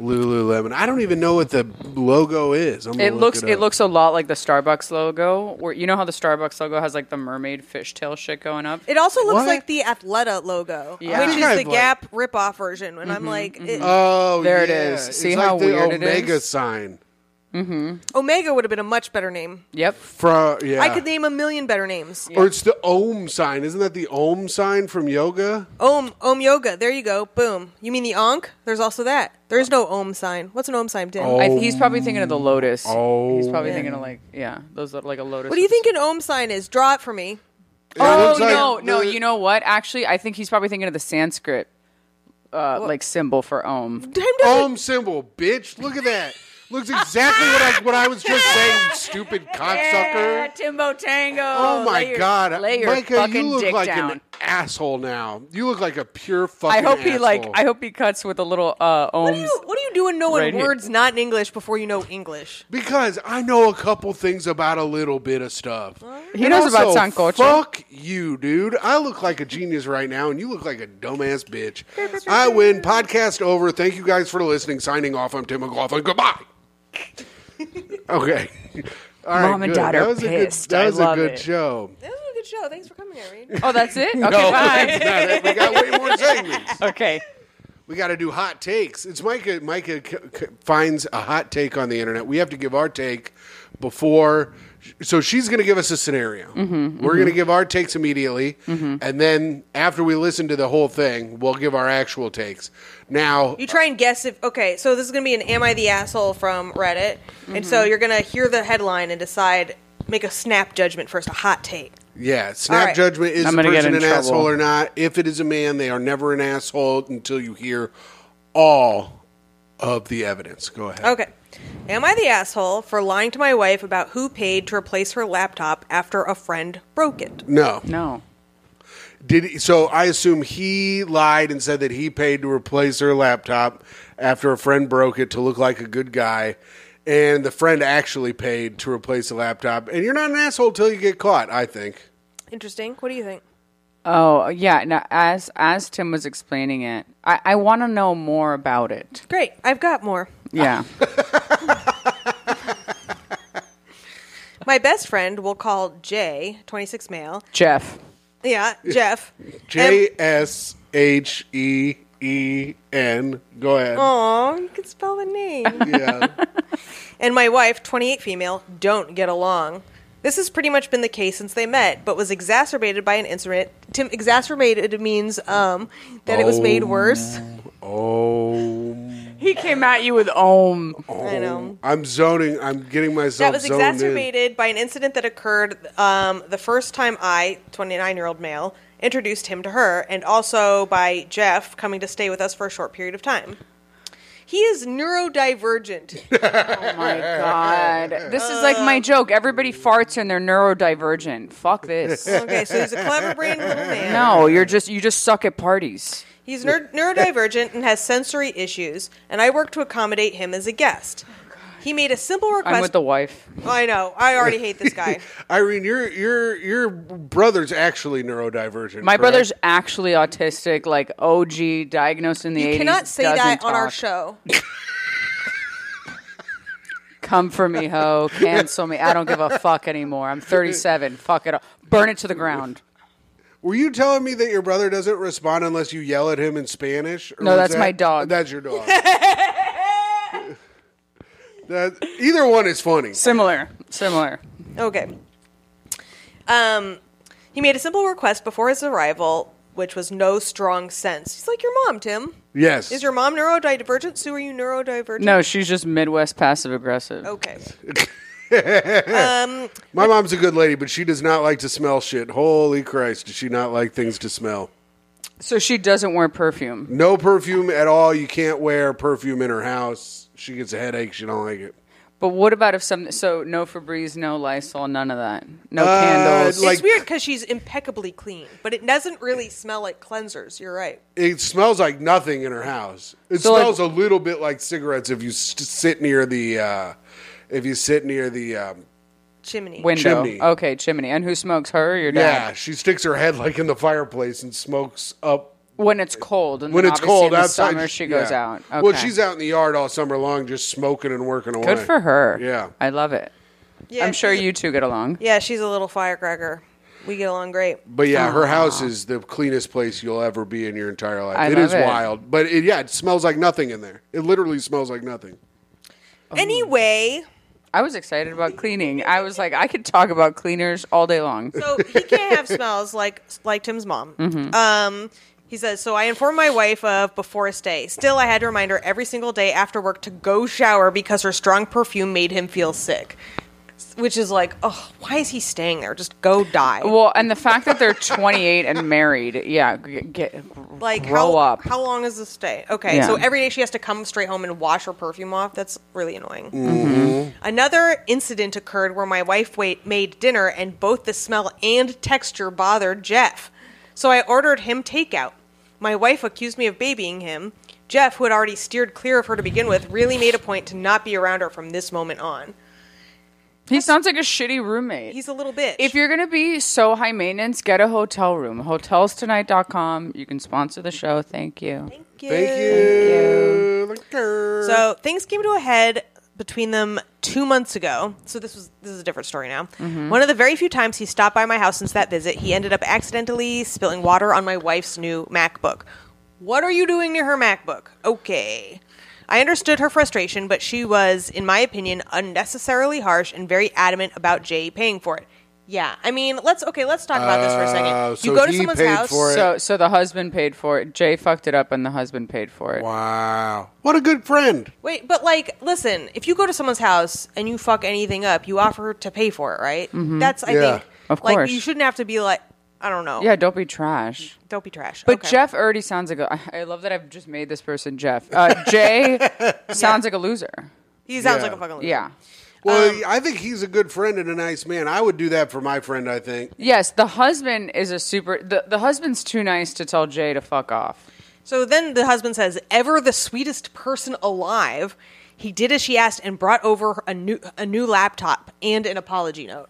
S1: Lululemon. I don't even know what the logo is. I'm gonna
S3: It
S1: look
S3: looks
S1: it,
S3: it,
S1: up.
S3: looks a lot like the Starbucks logo. Where you know how the Starbucks logo has like the mermaid fishtail shit going up.
S2: It also looks
S1: What?
S2: like the Athleta logo,
S3: Yeah. Mm-hmm,
S2: which
S1: Kind
S2: is the
S1: of like-
S2: Gap ripoff version. And I'm like, it-
S1: Oh,
S3: There it
S1: yeah.
S3: is.
S1: It's
S3: See
S1: like
S3: how
S1: the
S3: weird it
S1: Omega
S3: is?
S1: sign.
S2: Omega would have been a much better name.
S3: Yep.
S1: From yeah,
S2: I could name a million better names.
S1: or it's the Om sign. Isn't that the Om sign from yoga?
S2: Om, Om Yoga. There you go. Boom. You mean the Onk? There's also that. There's no Om sign. What's an Om sign, Tim?
S1: Oh.
S3: I, he's probably thinking of the lotus.
S1: Oh.
S3: he's probably thinking of like yeah, those look like a lotus.
S2: What do you think an Om sign is? Draw it for me.
S1: It
S3: Oh
S1: looks like
S3: no, no.
S1: the-
S3: You know what? Actually, I think he's probably thinking of the Sanskrit uh, like symbol for Om.
S2: Tim doesn't-
S1: Om symbol, bitch. Look at that. Looks exactly what I what I was just saying. you Stupid cocksucker.
S3: Timbo Tango.
S1: Oh my
S3: Lay your-
S1: god,
S3: lay your
S1: Micah,
S3: fucking
S1: you look
S3: dick
S1: like
S3: down.
S1: an asshole now. You look like a pure fucking.
S3: I hope he like.
S1: asshole.
S3: I hope he cuts with a little uh,
S1: Oh.
S2: What
S3: ohms.
S2: do you What do you do in knowing
S3: Right here.
S2: words not in English before you know English?
S1: Because I know a couple things about a little bit of stuff.
S3: He knows about
S1: also,
S3: sancocho.
S1: Fuck you, dude. I look like a genius right now, and you look like a dumbass bitch. I win. Podcast over. Thank you guys for listening. Signing off. I'm Tim McLaughlin. Goodbye. okay. All right,
S3: Mom and
S1: good.
S3: dad are
S1: that was
S3: pissed.
S1: A good, that
S3: I
S1: was
S3: love
S1: a good
S3: it.
S1: show.
S2: That was a good show. Thanks for coming, Irene.
S3: Oh, that's it. Okay, bye.
S1: that's not it. We got way more segments.
S3: Okay.
S1: We got to do hot takes. It's Micah. Micah c- c- finds a hot take on the internet. We have to give our take before. So she's going to give us a scenario.
S3: Mm-hmm,
S1: We're going to give our takes immediately, and then after we listen to the whole thing, we'll give our actual takes. Now,
S2: You try and guess if okay, so this is gonna be an "Am I the asshole?" from Reddit, and so you're gonna hear the headline and decide, make a snap judgment first, a hot take.
S1: yeah, snap
S2: All right.
S1: judgment is
S3: I'm
S1: the
S3: gonna get
S1: person an
S3: in trouble.
S1: asshole or not. If it is a man, they are never an asshole until you hear all of the evidence. Go ahead.
S3: Oh.
S2: Okay, am I the asshole for lying to my wife about who paid to replace her laptop after a friend broke it?
S1: No.
S3: No.
S1: Did he, so? I assume he lied and said that he paid to replace her laptop after a friend broke it to look like a good guy, and the friend actually paid to replace the laptop. And you're not an asshole till you get caught. I think.
S2: Interesting. What do you think?
S3: Oh yeah. Now, as as Tim was explaining it, I, I want to know more about it.
S2: Great, I've got more.
S3: Yeah.
S2: My best friend, we'll call Jay, 26 male.
S3: Jeff.
S2: Yeah, Jeff.
S1: J S H E E N. Go ahead.
S2: Oh, you can spell the name.
S1: Yeah.
S2: and my wife, 28 female, don't get along. This has pretty much been the case since they met, but was exacerbated by an incident. Tim, exacerbated means um, that it was made worse.
S1: Oh.
S3: He came at you with Om.
S2: I know.
S1: I'm zoning. I'm getting
S2: That
S1: myself
S2: was
S1: zoned Oh. in.
S2: exacerbated by an incident that occurred um, the first time I, 29 year old male, introduced him to her, and also by Jeff coming to stay with us for a short period of time. He is neurodivergent.
S3: Oh my god. This is like
S2: Uh.
S3: my joke. Everybody farts and they're neurodivergent. Fuck this.
S2: okay, so he's a clever brained little man.
S3: No, you're just you just suck at parties.
S2: He's ner- neurodivergent and has sensory issues, and I work to accommodate him as a guest. He made a simple request.
S3: I'm with the wife.
S2: I know. I already hate this guy.
S1: Irene, your your your brother's actually neurodivergent.
S3: My
S1: correct?
S3: brother's actually autistic, like OG, diagnosed in the
S2: you
S3: 80s.
S2: cannot say
S3: doesn't
S2: that on our
S3: talk.
S2: show.
S3: Come for me, ho. Cancel me. I don't give a fuck anymore. I'm 37. Fuck it. up. Burn it to the ground.
S1: Were you telling me that your brother doesn't respond unless you yell at him in Spanish? Or
S3: No,
S1: was
S3: that's my dog.
S1: That's your dog. that either one is funny.
S3: Similar. Similar.
S2: Okay. Um, he made a simple request before his arrival, which was no strong sense. He's like your mom, Tim.
S1: Yes.
S2: Is your mom neurodivergent? Sue, are you neurodivergent?
S3: No, she's just Midwest passive aggressive.
S2: Okay.
S1: my mom's a good lady, but she does not like to smell shit. Holy Christ, does she not like things to smell?
S3: So she doesn't wear perfume.
S1: No perfume at all. You can't wear perfume in her house. She gets a headache. She don't like it.
S3: But what about if some? So no Febreze, no Lysol, none of that. No
S1: Uh,
S3: candles.
S1: like-
S2: it's weird because she's impeccably clean, but it doesn't really smell like cleansers. You're right.
S1: It smells like nothing in her house. It
S3: So, like-
S1: smells a little bit like cigarettes if you st- sit near the uh, if you sit near the um,
S2: Chimney.
S3: window.
S1: chimney.
S3: Okay, chimney. And who smokes? Her or your dad?
S1: yeah. She sticks her head like in the fireplace and smokes up
S3: When it's cold. And
S1: when
S3: then
S1: it's
S3: obviously
S1: cold
S3: in the
S1: outside.
S3: Summer, she goes
S1: yeah.
S3: out. Okay.
S1: Well, she's out in the yard all summer long, just smoking and working away.
S3: Good for her.
S1: Yeah.
S3: I love it.
S2: Yeah,
S3: I'm sure
S2: she's a-
S3: you two get along.
S2: yeah, she's a little firecracker. We get along great.
S1: But yeah, her house is the cleanest place you'll ever be in your entire life.
S3: I
S1: It
S3: love
S1: is
S3: it.
S1: wild, but it, yeah, it smells like nothing in there. It literally smells like nothing.
S2: Anyway,
S3: I was excited about cleaning. I was like, I could talk about cleaners all day long.
S2: so he can't have smells like like Tim's mom. Um, he says, so I informed my wife of before a stay. Still, I had to remind her every single day after work to go shower because her strong perfume made him feel sick. Which is like, oh, why is he staying there? Just go die.
S3: Well, and the fact that they're 28 and married, yeah, g- get
S2: like
S3: grow
S2: how,
S3: up.
S2: how long is this stay okay
S3: Yeah.
S2: so every day she has to come straight home and wash her perfume off that's really annoying
S3: Mm-hmm.
S2: another incident occurred where my wife wait, made dinner and both the smell and texture bothered jeff so i ordered him takeout my wife accused me of babying him jeff who had already steered clear of her to begin with really made a point to not be around her from this moment on
S3: he sounds like a shitty roommate.
S2: he's a little bitch
S3: if you're gonna be so high maintenance, get a hotel room. Hotelstonight.com. You can sponsor the show. Thank you.
S1: Thank you.
S2: So things came to a head between them two months ago. So this was this is a different story now.
S1: Mm-hmm.
S2: One of the very few times he stopped by my house since that visit, he ended up accidentally spilling water on my wife's new MacBook. What are you doing to her MacBook? Okay. I understood her frustration, but she was, in my opinion, unnecessarily harsh and very adamant about Jay paying for it. Yeah, I mean, let's okay, let's talk about this for a second.
S1: Oh,
S2: you
S1: so
S2: go to
S1: he
S2: someone's
S1: paid
S2: house.
S1: for it.
S3: So, so the husband paid for it. Jay fucked it up, and the husband paid for it.
S1: wow, what a good friend.
S2: Wait, but like, listen, if you go to someone's house and you fuck anything up, you offer to pay for it, right? That's, I
S1: Yeah.
S2: think,
S3: Mm-hmm. Of
S2: like,
S3: course.
S2: you shouldn't have to be like, I don't know.
S3: Yeah, don't be trash.
S2: Don't be trash.
S3: But
S2: Okay.
S3: Jeff already sounds like a. I love that I've just made this person Jeff. Uh, Jay sounds like a loser.
S2: he sounds
S1: Yeah.
S2: like a fucking loser.
S3: Yeah.
S1: Well, I think he's a good friend and a nice man. I would do that for my friend. I think.
S3: Yes, the husband is a super. The, the husband's too nice to tell Jay to fuck off.
S2: So then the husband says, ever the sweetest person alive. He did as she asked and brought over a new a new laptop and an apology note.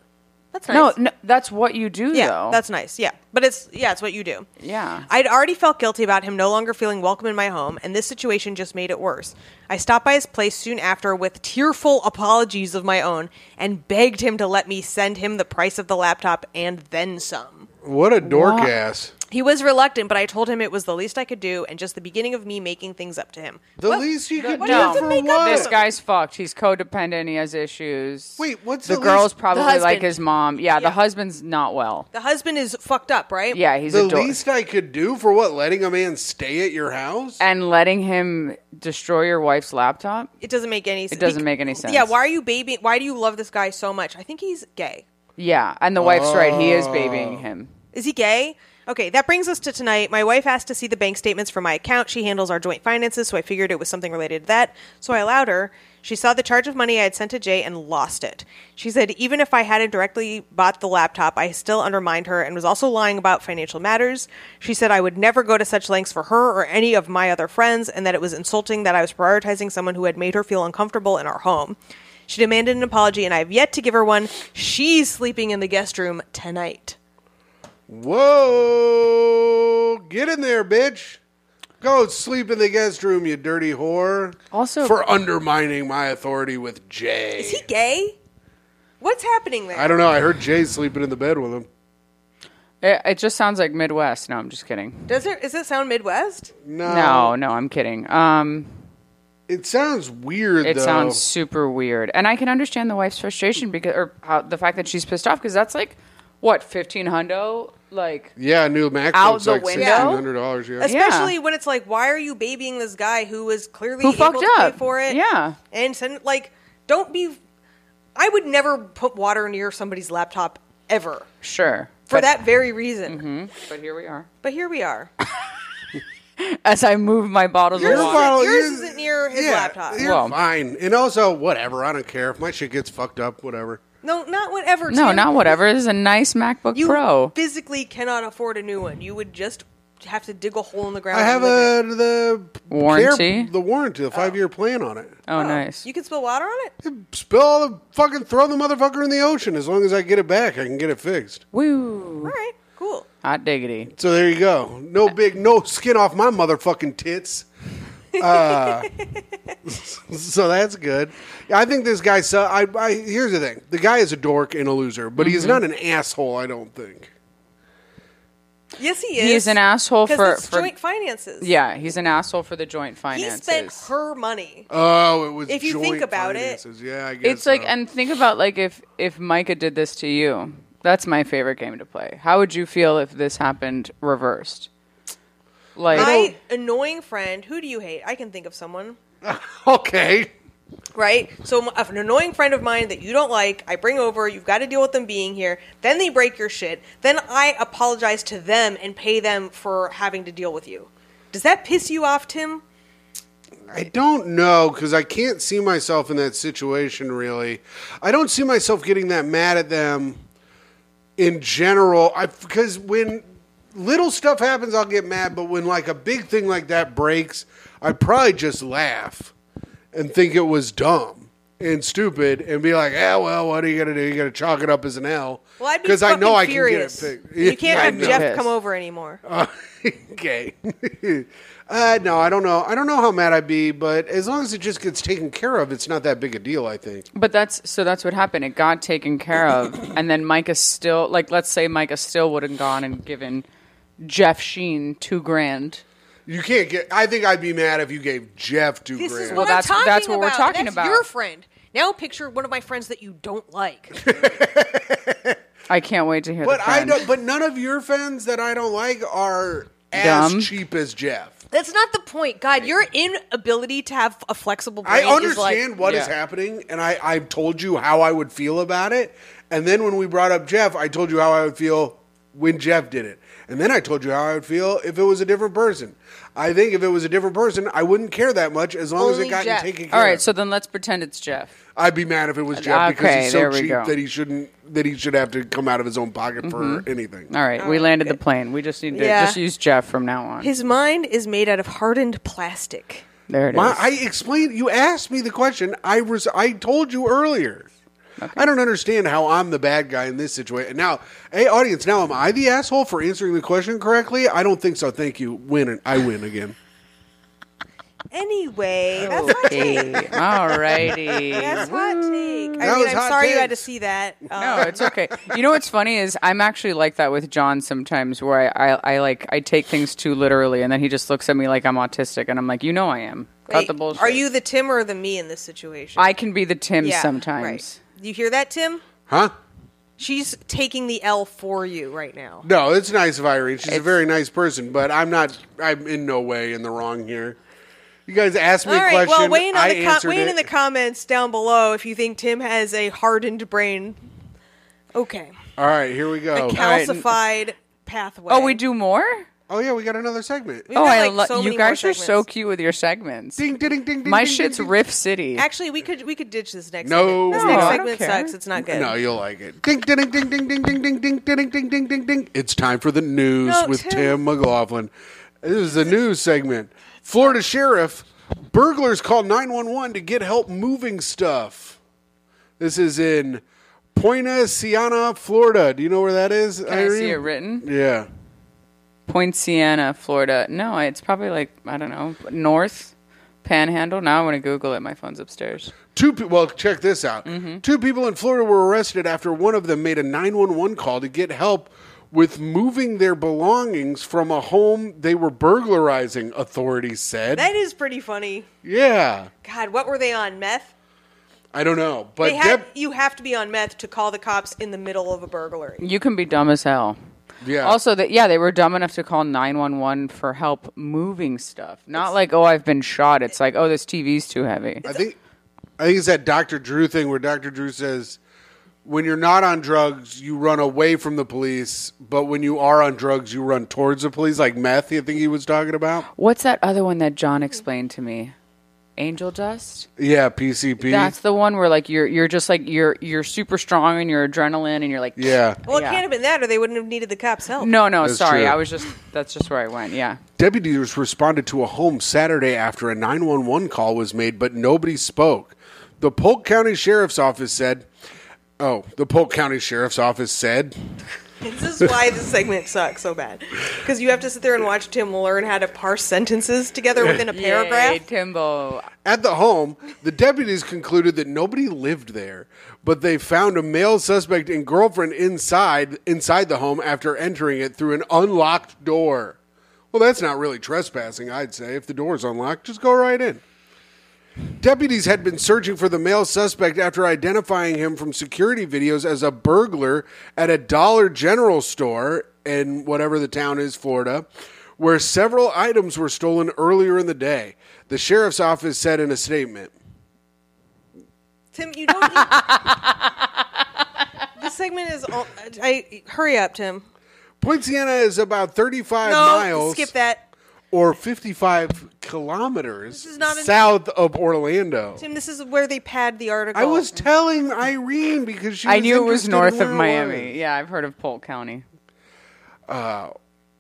S2: That's nice.
S3: No, no, that's what you do,
S2: Yeah,
S3: though.
S2: that's nice. Yeah, but it's yeah, it's what you do.
S3: Yeah.
S2: I'd already felt guilty about him no longer feeling welcome in my home, and this situation just made it worse. I stopped by his place soon after with tearful apologies of my own and begged him to let me send him the price of the laptop and then some.
S1: What a dork ass.
S2: He was reluctant, but I told him it was the least I could do and just the beginning of me making things up to him.
S1: The least you could
S2: what
S1: do
S2: do you have to
S1: for
S2: make up
S1: what?
S3: This guy's fucked. He's codependent. He has issues.
S1: Wait, what's
S3: the,
S1: the
S3: girl's
S1: least-
S3: probably
S2: The husband.
S3: like his mom? Yeah, the
S2: Yeah.
S3: husband's not well.
S2: The husband is fucked up, right?
S3: Yeah, he's
S1: the
S3: a dork.
S1: least I could do for what? Letting a man stay at your house?
S3: and letting him destroy your wife's laptop.
S2: It doesn't make any sense.
S3: doesn't make any sense.
S2: Yeah, why are you baby? Why do you love this guy so much? I think he's gay.
S3: Yeah, and the wife's right. He is
S1: Oh.
S3: babying him.
S2: Is he gay? Okay, that brings us to tonight. My wife asked to see the bank statements for my account. She handles our joint finances, so I figured it was something related to that. So I allowed her. She saw the charge of money I had sent to Jay and lost it. She said, even if I hadn't directly bought the laptop, I still undermined her and was also lying about financial matters. She said I would never go to such lengths for her or any of my other friends, and that it was insulting that I was prioritizing someone who had made her feel uncomfortable in our home. She demanded an apology, and I have yet to give her one. She's sleeping in the guest room tonight.
S1: Whoa! Get in there, bitch. Go sleep in the guest room, you dirty whore.
S3: Also-
S1: for undermining my authority with Jay.
S2: Is he gay? What's happening there?
S1: I don't know. I heard Jay sleeping in the bed with him.
S3: It, it just sounds like Midwest. No, I'm just kidding.
S2: Does it? Does it sound Midwest?
S1: No,
S3: No, no, I'm kidding. Um,
S1: It sounds weird.
S3: it
S1: though.
S3: sounds super weird, and I can understand the wife's frustration because, or how, the fact that she's pissed off because that's like what fifteen hundo. Like,
S1: Yeah, new
S3: Out
S1: MacBook's
S3: the
S1: like
S3: window?
S1: sixteen hundred dollars. Yeah.
S2: Especially when it's like, why are you babying this guy who was clearly
S3: Who
S2: able
S3: fucked
S2: to
S3: up.
S2: pay for it?
S3: Yeah.
S2: and send like, don't be. I would never put water near somebody's laptop ever
S3: sure,
S2: for
S3: but- Mm-hmm.
S2: that very reason.
S3: But here we are.
S2: But here we are.
S3: As I move my bottles
S2: Yours,
S3: of
S1: Your
S2: isn't,
S3: water.
S1: bottle-
S2: yours
S1: yours-
S2: isn't near near his laptop.
S1: You're
S3: Well-
S1: fine. And also, whatever. I don't care if my shit gets fucked up. Whatever.
S2: No, not whatever.
S3: No,
S2: Tim.
S3: not whatever. This is a nice MacBook
S2: You
S3: Pro.
S2: physically cannot afford a new one. You would just have to dig a hole in the ground.
S1: I have
S2: and live
S1: a the
S3: Warranty?
S1: the warranty, the five year plan on it.
S3: Oh,
S2: in it.
S3: nice.
S2: You can spill water on it.
S1: Spill all the fucking throw the motherfucker in the ocean. As long as I get it back, I can get it fixed.
S3: Woo!
S2: All right, cool.
S3: Hot diggity.
S1: So there you go. No big, no skin off my motherfucking tits. Uh, so that's good. I think this guy. Su- I, I here's the thing. The guy is a dork and a loser, but
S3: Mm-hmm.
S1: he's not an asshole. I don't think.
S2: Yes, he is.
S3: He is an asshole
S2: because
S3: for,
S2: it's
S3: for
S2: joint finances.
S3: yeah. He's an asshole for the joint
S2: he
S3: finances.
S2: spent her money.
S1: Oh, it was.
S2: If you
S1: joint
S2: think about it,
S1: finances. yeah, I guess
S3: it's like,
S1: so.
S3: and think about like if if Micah did this to you. That's my favorite game to play. How would you feel if this happened reversed? Like
S2: My annoying friend. Who do you hate? I can think of someone.
S1: okay.
S2: Right? So m- an annoying friend of mine that you don't like, I bring over, you've got to deal with them being here, then they break your shit, then I apologize to them and pay them for having to deal with you. Does that piss you off, Tim?
S1: I don't know because I can't see myself in that situation really. I don't see myself getting that mad at them in general. I because when little stuff happens, I'll get mad, but when like a big thing like that breaks, I probably just laugh and think it was dumb and stupid and be like, "Yeah, well, what are you gonna do? You gotta chalk it up as an L."
S2: Well, I'd be
S1: because I know
S2: fucking
S1: I
S2: furious.
S1: can get it. fixed.
S2: You can't
S1: I
S2: have
S1: know.
S2: Jeff
S3: Pissed.
S2: come over anymore.
S1: okay. uh, no, I don't know. I don't know how mad I'd be, but as long as it just gets taken care of, it's not that big a deal, I think.
S3: But that's so that's what happened. It got taken care of, and then Micah still like let's say Micah still would have gone and given Jeff Sheen two grand.
S1: You can't get. I think I'd be mad if you gave Jeff two
S2: This
S1: grand.
S2: is what
S3: Well,
S2: I'm
S3: that's-
S2: talking
S3: that's what
S2: about.
S3: we're talking
S2: That's
S3: about.
S2: your friend. Now picture one of my friends that you don't like.
S3: I can't wait to hear.
S1: but
S3: the
S1: I
S3: friend.
S1: don't. But none of your fans that I don't like are as
S3: Dumb.
S1: cheap as Jeff.
S2: That's not the point. God, your inability to have a flexible brain
S1: I
S2: is like-
S1: understand what is
S3: yeah.
S1: happening, and I I told you how I would feel about it. And then when we brought up Jeff, I told you how I would feel when Jeff did it. And then I told you how I would feel if it was a different person. I think if it was a different person, I wouldn't care that much as long as
S2: Only
S1: it got
S2: Jeff.
S1: taken care
S3: All right,
S1: of.
S3: so then let's pretend it's Jeff.
S1: I'd be mad if it was Jeff because
S3: Okay,
S1: he's so
S3: there we
S1: cheap
S3: go.
S1: that he shouldn't that he should have to come out of his own pocket
S3: Mm-hmm.
S1: for anything.
S3: All right, we landed the plane. We just need to
S2: Uh, Yeah.
S3: just use Jeff from now on.
S2: His mind is made out of hardened plastic.
S3: there it is.
S1: My, I explained. You asked me the question. I was. I told you earlier. I don't understand how I'm the bad guy in this situation. Now, hey, audience. Now, am I the asshole for answering the question correctly? I don't think so. Thank you. Win. and I win again.
S2: Anyway, that's my take.
S3: okay. All righty.
S2: That's hot take. I
S1: That
S2: mean,
S1: was
S2: I'm
S1: hot
S2: sorry you had to
S1: takes.
S2: see that. Um,
S3: No, it's okay. You know what's funny is I'm actually like that with John sometimes, where I, I, I like I take things too literally, and then he just looks at me like I'm autistic, and I'm like, you know, I am. Cut
S2: wait,
S3: the bullshit.
S2: Are you the Tim or the me in this situation?
S3: I can be the Tim
S2: Yeah,
S3: sometimes.
S2: Right. You hear that, Tim?
S1: Huh?
S2: She's taking the L for you right now.
S1: No, it's nice of Irene. She's a
S3: It's-
S1: very nice person, but I'm not. I'm in no way in the wrong here. You guys asked me
S2: All
S1: a
S2: right.
S1: question.
S2: Well, weigh in, on
S1: I
S2: the com-
S1: answered
S2: weigh in,
S1: it.
S2: in the comments down below if you think Tim has a hardened brain. Okay.
S1: All right, here we go.
S2: a
S3: Oh, right.
S2: calcified pathway.
S3: Oh, we do more.
S1: oh yeah, we got another segment.
S2: We've
S3: Oh,
S2: got,
S3: I
S2: like,
S3: love
S2: so
S3: you
S2: many more
S3: guys are so
S2: segments.
S3: cute with your segments.
S1: Ding, ding, ding, ding.
S3: My
S1: ding, ding,
S3: shit's
S1: ding.
S3: Riff City.
S2: Actually, we could we could ditch this next.
S1: No.
S2: segment. this
S1: No,
S2: next
S1: I don't
S2: segment
S3: care.
S2: sucks. It's not good.
S1: No, you'll like it. Ding, ding, ding, ding, ding, ding, ding, ding, ding, ding, ding, ding, ding. It's time for the news
S2: No,
S1: with
S2: Tim.
S1: Tim. McLaughlin. This is the news segment. Florida sheriff burglars call nine one one to get help moving stuff. This is in Pointe Siena, Florida. Do you know where that is?
S3: Can I
S1: Irene?
S3: see it written?
S1: Yeah.
S3: Point Siena, Florida. No, it's probably like I don't know North Panhandle. Now I want to Google it. My phone's upstairs.
S1: Two pe- well, check this out.
S2: Mm-hmm.
S1: Two people in Florida were arrested after one of them made a 911 call to get help with moving their belongings from a home they were burglarizing. Authorities said,
S2: That is pretty funny.
S1: "Yeah,
S2: God, what were they on meth?
S1: I don't know, but
S2: They had,
S1: dep-
S2: you have to be on meth to call the cops in the middle of a burglary.
S3: You can be dumb as hell.
S1: yeah,
S3: Also, that yeah, they were dumb enough to call nine one one for help moving stuff. Not like oh, I've been shot. It's like oh, this TV's too heavy.
S1: I think I think it's that Dr. Drew thing where Dr. Drew says." When you're not on drugs, you run away from the police. But when you are on drugs, you run towards the police, like meth. You think he was talking about?
S3: What's that other one that John explained to me? Angel Dust.
S1: Yeah, PCP.
S3: That's the one where like you're you're just like you're you're super strong and your adrenaline and you're like
S1: yeah.
S2: Well, it
S3: Yeah.
S2: can't have been that, or they wouldn't have needed the cops' help.
S3: No, no,
S1: That's
S3: sorry.
S1: true.
S3: I was just that's just where I went. Yeah.
S1: Deputies responded to a home Saturday after a 911 call was made, but nobody spoke. The Polk County Sheriff's Office said, Oh, the Polk County Sheriff's Office said,
S2: This is why this segment sucks so bad. Because you have to sit there and watch Tim learn how to parse sentences together within a paragraph.
S3: Yay, Timbo.
S1: At the home, the deputies concluded that nobody lived there, but they found a male suspect and girlfriend inside inside the home after entering it through an unlocked door. Well, that's not really trespassing, I'd say. If the door's unlocked, just go right in. Deputies had been searching for the male suspect after identifying him from security videos as a burglar at a Dollar General store in whatever the town is, Florida, where several items were stolen earlier in the day. The sheriff's office said in a statement.
S2: Tim, you don't. Need- this segment is. All- I hurry up, Tim.
S1: Point Siena is about 35
S2: No,
S1: miles
S2: skip that.
S1: or 55 kilometers
S2: is not an-
S1: south of Orlando.
S2: Tim, this is where they pad the article.
S1: I was telling Irene because she
S3: I knew it was
S1: interested in
S3: north
S1: where
S3: of
S1: I
S3: Miami.
S1: was.
S3: Yeah, I've heard of Polk County.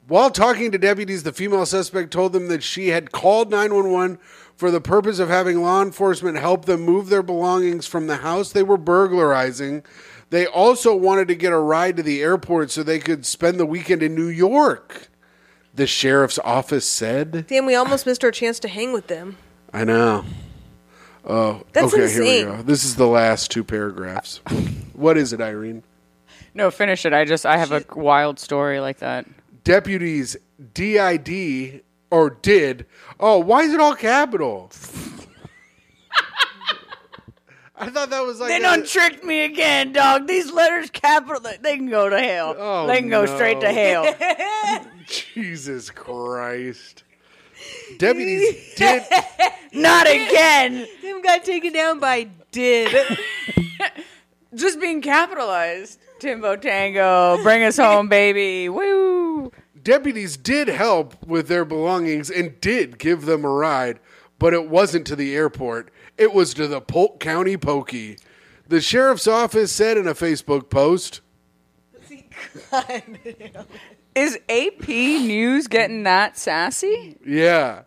S1: While talking to deputies, the female suspect told them that she had called 911 for the purpose of having law enforcement help them move their belongings from the house they were burglarizing. They also wanted to get a ride to the airport so they could spend the weekend in New York. The sheriff's office said,
S2: Damn, we almost missed our chance to hang with them.
S1: I know. Oh,
S2: That's
S1: okay,
S2: insane.
S1: here we go. This is the last two paragraphs. what is it, Irene?
S3: No, finish it. I just I have a wild story like that.
S1: deputies did or did oh why is it all capital i thought that was like
S3: They
S1: a-
S3: done tricked me again, dog. These letters capital they can go to hell.
S1: Oh,
S3: they can go straight to
S1: no.
S3: hell.
S1: jesus christ deputies did
S3: Not again.
S2: Tim got taken down by did.
S3: Just being capitalized. Timbo Tango, bring us home, baby. Woo.
S1: deputies did help with their belongings and did give them a ride but it wasn't to the airport it was to the polk county pokey the sheriff's office said in a facebook post
S3: Is AP News getting that sassy?
S1: yeah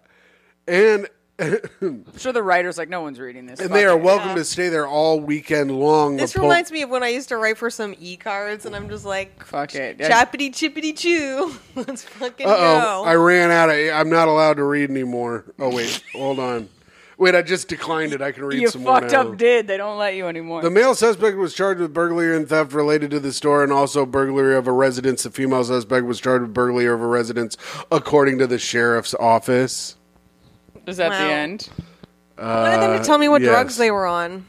S1: and
S3: I'm sure the writer's like, no one's reading this.
S1: and they are welcome to stay there all weekend long.
S2: this
S1: The Polk-
S2: reminds me of when I used to write for some e cards, and I'm just like,
S3: Fuck it.
S2: choppity chippity choo. Let's fucking
S1: Uh-oh, oh, I
S2: go.
S1: ran out of. I'm not allowed to read anymore. Oh wait, hold on. Wait, I just declined it. I can read
S3: you
S1: some more
S3: fucked
S1: now.
S3: up, did. They don't let you anymore.
S1: The male suspect was charged with burglary and theft related to the store, and also burglary of a residence. The female suspect was charged with burglary of a residence, according to the sheriff's office.
S3: Is that
S2: Wow.
S3: the end?
S2: I wanted them to tell me what
S1: yes.
S2: drugs they were on.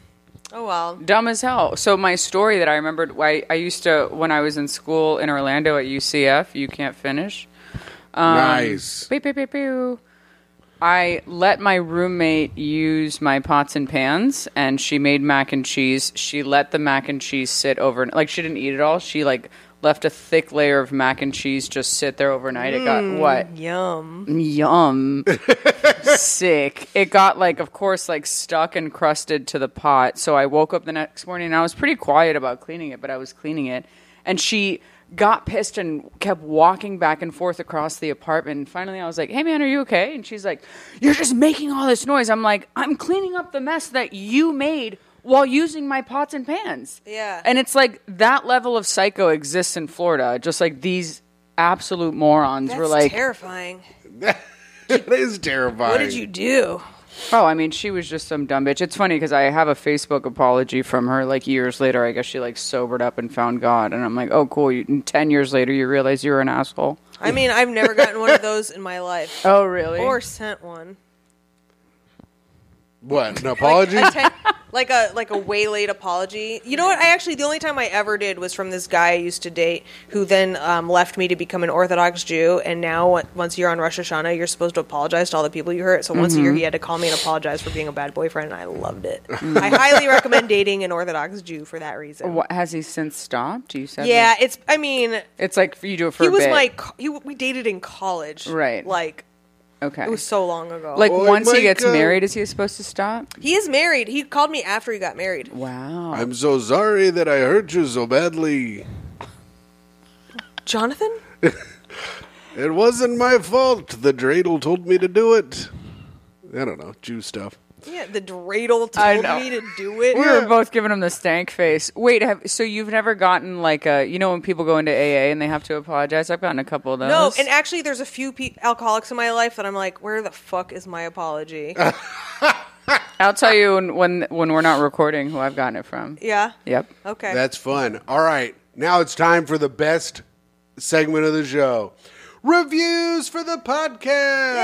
S2: Oh, well.
S3: Dumb as hell. So my story that I remembered, I, I used to when I was in school in Orlando at UCF. You can't finish.
S2: Um,
S1: nice.
S3: Pew, pew, pew, pew. I let my roommate use my pots and pans, and she made mac and cheese. She let the mac and cheese sit overnight. Like she didn't eat it all. She like left a thick layer of mac and cheese just sit there overnight. It got what
S2: Yum.
S3: yum sick it got like of course like stuck and crusted to the pot so i woke up the next morning and i was pretty quiet about cleaning it but i was cleaning it and she got pissed and kept walking back and forth across the apartment and finally i was like hey man are you okay and she's like you're just making all this noise i'm like i'm cleaning up the mess that you made while using my pots and pans
S2: Yeah.
S3: and it's like that level of psycho exists in florida just like these absolute morons
S2: That's
S3: were like
S2: terrifying.
S1: that is terrifying.
S2: What did you do?
S3: Oh, I mean, she was just some dumb bitch. It's funny because I have a Facebook apology from her. Like years later, I guess she like sobered up and found God, and I'm like, oh, cool. You, and Ten years later, you realize you were an asshole.
S2: I mean, I've never gotten one of those in my life.
S3: Oh, really?
S2: Or sent one.
S1: What? An apology?
S2: A te- like a like a way late apology. You know what? I actually the only time I ever did was from this guy I used to date, who then um, left me to become an Orthodox Jew, and now on- once you're on Rosh Hashanah, you're supposed to apologize to all the people you hurt. So once a year,
S3: Mm-hmm.
S2: he had to call me and apologize for being a bad boyfriend, and I loved it. I highly recommend dating an Orthodox Jew for that reason.
S3: what, has he since stopped? You said,
S2: Yeah, it's. I mean,
S3: It's like you do it for.
S2: he
S3: a
S2: was
S3: bit.
S2: my. co- He, we dated in college,
S3: Right.
S2: Like.
S3: Okay.
S2: It was so Oh long ago.
S3: Like
S1: Well, it
S3: once
S1: might
S3: he gets
S1: go-
S3: married, is he supposed to stop?
S2: he is married. He called me after he got married.
S3: Wow.
S1: I'm so sorry that I hurt you so badly.
S2: Jonathan?
S1: It wasn't my fault. The dreidel told me to do it. I don't know, Jew stuff.
S2: Yeah, the dreidel
S3: I
S2: told
S3: know.
S2: me to do it.
S3: we were both giving him the stank face. Wait, have, so you've never gotten like a you know when people go into AA and they have to apologize? I've gotten a couple of those.
S2: No, and actually, there's a few pe- alcoholics in my life that I'm like, where the fuck is my apology?
S3: I'll tell you when, when when we're not recording who I've gotten it from.
S2: yeah.
S3: Yep.
S2: Okay.
S1: That's fun. All right, now it's time for the best segment of the show reviews for the podcast.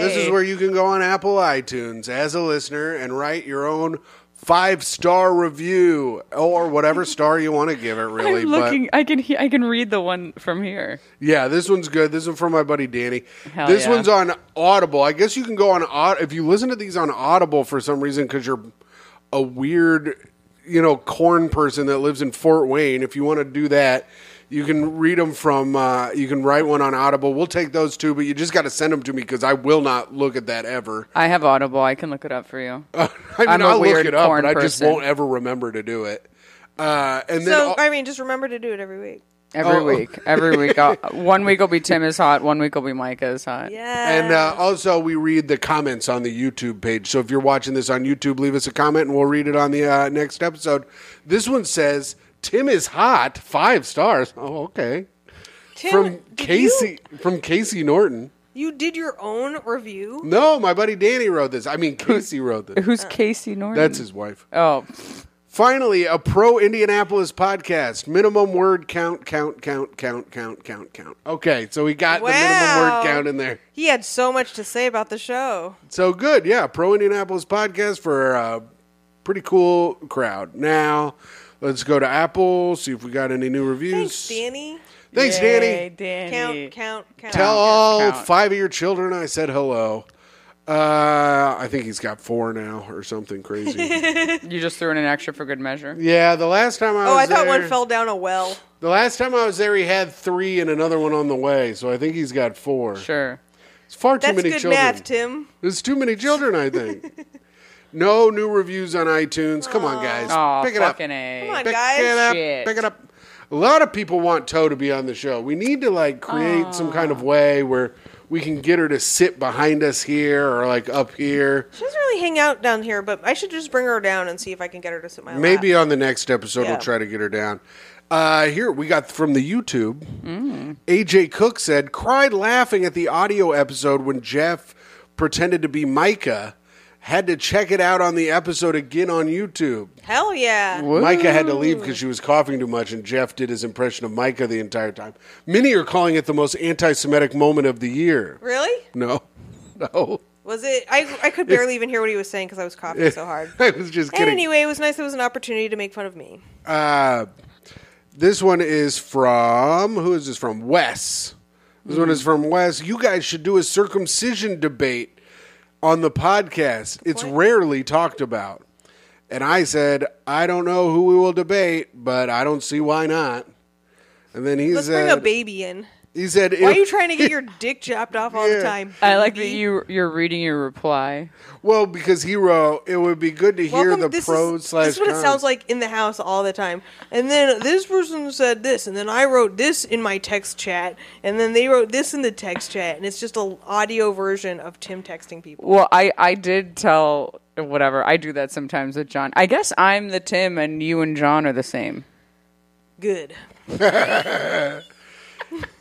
S1: This is where you can go on Apple iTunes as a listener and write your own five star review or whatever star you want to give it, really.
S3: I'm
S1: but
S3: looking. I can he- I can read the one from here.
S1: yeah, this one's good. This one from my buddy Danny.
S3: Hell
S1: this
S3: yeah.
S1: one's on Audible. I guess you can go on Aud- if you listen to these on Audible for some reason because you're a weird, you know, corn person that lives in Fort Wayne. If you want to do that, you can read them from. Uh, you can write one on Audible. We'll take those two, but you just got to send them to me because I will not look at that ever.
S3: I have Audible. I can look it up for you.
S1: I mean,
S3: I'm a
S1: I'll look
S3: weird
S1: it up,
S3: porn
S1: but I just
S3: person.
S1: won't ever remember to do it. Uh, and then,
S2: so,
S1: al-
S2: I mean, just remember to do it every week.
S3: Every
S1: Oh.
S3: week. Every week. I'll, one week will be Tim is hot. One week will be Micah is hot.
S2: Yeah.
S1: and uh, also we read the comments on the YouTube page. So if you're watching this on YouTube, leave us a comment, and we'll read it on the uh, next episode. This one says, "Tim is hot, five stars." Oh, okay.
S2: Tim,
S1: from
S2: did
S1: Casey, from Casey Norton.
S2: You, you did your own review?
S1: No, my buddy Danny wrote this. I mean, Casey wrote this.
S3: Who's
S2: Uh.
S3: Casey Norton?
S1: That's his wife.
S3: Oh,
S1: Finally, a pro Indianapolis podcast. Minimum word count, count, count, count, count, count, count. Okay, so we got the minimum
S2: Wow.
S1: word count in there.
S2: He had so much to say about the show.
S1: So good, yeah. Pro Indianapolis podcast for a pretty cool crowd. Now, let's go to Apple, see if we got any new reviews.
S2: Thanks, Danny.
S1: Thanks,
S3: Yay,
S1: Danny.
S3: Danny.
S2: Count, count, count.
S1: Tell all
S3: count.
S1: five of your children I said hello. Uh, I think he's got four now or something crazy.
S3: You just threw in an extra for good measure.
S1: yeah, the last time I was
S2: Oh, I thought one
S1: there-
S2: fell down a well.
S1: The last time I was there, he had three and another one on the way, so I think he's got four.
S3: Sure.
S1: It's far too
S2: That's
S1: many
S2: good
S1: children.
S2: math, Tim.
S1: There's too many children, I think. no new reviews on iTunes. Come on, guys.
S3: Oh,
S1: Pick it up.
S3: fucking A.
S2: Come on,
S1: Pick
S2: guys.
S1: it up.
S3: Shit.
S1: Pick it up. A lot of people want Toe to be on the show. We need to like create some kind of way where we can get her to sit behind us here or like up here.
S2: She doesn't really hang out down here, but I should just bring her down and see if I can get her to sit my lap.
S1: Maybe on the next episode
S2: Yeah.
S1: we'll try to get her down. Uh, here we got from the YouTube. AJ Cook said cried laughing at the audio episode when Jeff pretended to be Micah. Had to check it out on the episode again on YouTube.
S2: Hell yeah.
S1: Micah had to leave because she was coughing too much, and Jeff did his impression of Micah the entire time. Many are calling it the most anti-Semitic moment of the year.
S2: Really?
S1: No, no,
S2: Was it? I, I could barely even hear what he was saying because I was coughing so hard.
S1: I was just
S2: And
S1: kidding.
S2: anyway, it was nice. It was an opportunity to make fun of me.
S1: Uh, this one is from who is this from? Wes. This
S2: Mm-hmm.
S1: one is from Wes. You guys should do a circumcision debate on the podcast. It's rarely talked about. And I said, I don't know who we will debate, but I don't see why not. And then he
S2: Let's bring a
S1: said,
S2: baby in.
S1: he said,
S2: Why are you trying to get your dick chopped off all
S1: Yeah.
S2: the time?
S3: I like that
S2: baby?
S3: you you're reading your reply.
S1: Well, because he wrote, it would be good to hear
S2: Welcome-
S1: the
S2: this
S1: pros
S2: is,
S1: slash.
S2: This is what it
S1: cons."
S2: sounds like in the house all the time. And then this person said this, and then I wrote this in my text chat, and then they wrote this in the text chat, and it's just an audio version of Tim texting people.
S3: Well, I I did tell whatever I do that sometimes with John. I guess I'm the Tim and you and John are the same.
S2: Good.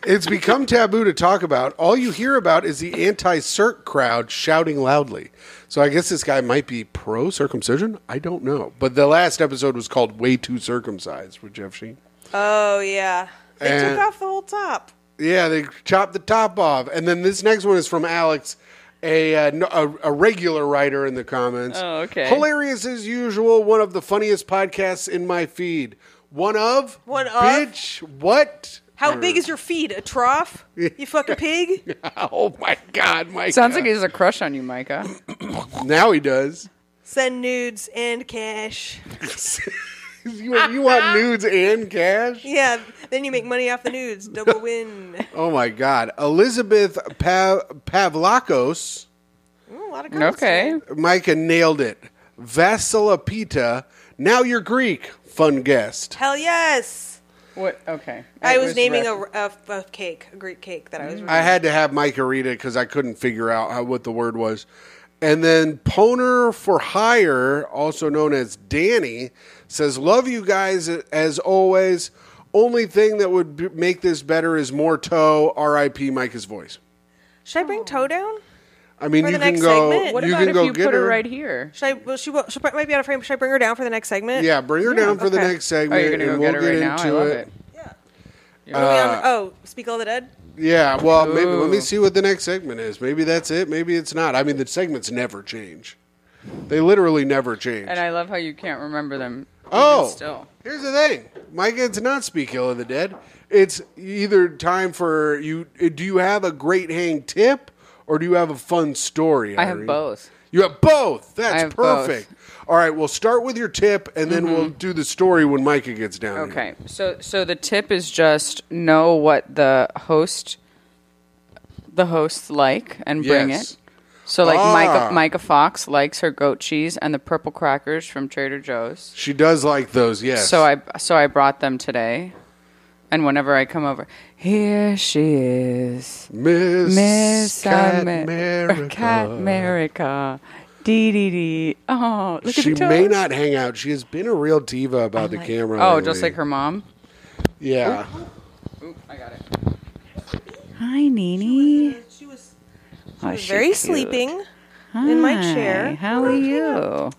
S1: It's become taboo to talk about. All you hear about is the anti circ crowd shouting loudly. So I guess this guy might be pro circumcision. I don't know. But the last episode was called Way Too Circumcised with Jeff Sheen.
S2: Oh yeah, they
S1: And-
S2: took off the whole top.
S1: Yeah, they chopped the top off. And then this next one is from Alex, a, uh, no- a, a regular writer in the comments.
S3: Oh, okay.
S1: Hilarious as usual. One of the funniest podcasts in my feed. One of?
S2: One of?
S1: Bitch, what?
S2: How big is your feed? A trough? You fucking pig?
S1: Oh my God, Mike.
S3: Sounds like he has a crush on you, Micah.
S1: Now he does.
S2: Send nudes and cash.
S1: you, want- you want nudes and cash?
S2: Yeah, then you make money off the nudes. Double win.
S1: Oh my God, Elizabeth pa- Pavlakos.
S2: Ooh, a lot of comments
S3: Okay.
S2: today.
S1: Micah nailed it. Vasilopita. Now you're Greek. Fun guest.
S2: Hell yes.
S3: What? Okay.
S2: I
S3: It
S2: was, naming
S3: rep-
S2: a, a, a cake, a Greek cake that I was.
S1: I had to have Micah read it because I couldn't figure out how, what the word was. And then Poner for Hire, also known as Danny, says, Love you guys as always. Only thing that would b- make this better is more toe. RIP Micah's voice.
S2: Should I bring
S1: Oh.
S2: Toe down?
S1: I mean,
S2: For
S1: you
S2: the
S1: can
S2: next
S1: go.
S2: segment?
S3: What
S1: you
S3: about
S1: can
S3: if
S1: go
S3: you
S1: get
S3: put her
S1: her
S3: right here?
S2: Should I? Well, she will, she might be out of frame. Should I bring her down for the next segment?
S1: Yeah, bring her down for the
S2: okay.
S1: next
S3: Oh,
S1: segment,
S3: you're gonna go
S1: and we'll
S3: get
S1: get,
S3: it right now. I
S1: into
S3: love
S1: it.
S3: it.
S2: Yeah. Are we
S1: uh,
S2: on- oh, speak all the dead.
S1: Yeah, well, maybe let me
S3: Ooh.
S1: see what the next segment is. Maybe that's it. Maybe it's not. I mean, the segments never change. They literally never change.
S3: And I love how you can't remember them. even
S1: oh,
S3: still.
S1: here's the thing, Micah. It's not speak ill of the dead. It's either time for you. uh, Do you have a great hang tip, or do you have a fun story?
S3: I have
S1: Irene?
S3: both.
S1: You have both. That's
S3: I have both. Mm-hmm.
S1: perfect. All right, we'll start with your tip, and then we'll do the story when Micah gets down. here.
S3: Okay. So so the tip is just know what the host the hosts like and bring
S1: Yes.
S3: it. So like
S1: Ah.
S3: Micah Micah Fox likes her goat cheese and the purple crackers from Trader Joe's.
S1: She does like those. Yes.
S3: So I so I brought them today. And whenever I come over, here she is.
S1: Miss,
S3: Miss
S1: Cat
S3: America.
S1: America.
S3: Cat America. Dee dee dee. Oh, look
S1: She
S3: at the
S1: may
S3: toes.
S1: not hang out. She has been a real diva about the camera.
S3: Oh,
S1: lately.
S3: just like her mom.
S1: Yeah.
S3: Oop, I got it. Hi, Nene.
S2: She was
S3: Oh, she
S2: very
S3: cute.
S2: sleeping in my
S3: Hi,
S2: chair.
S3: How are you?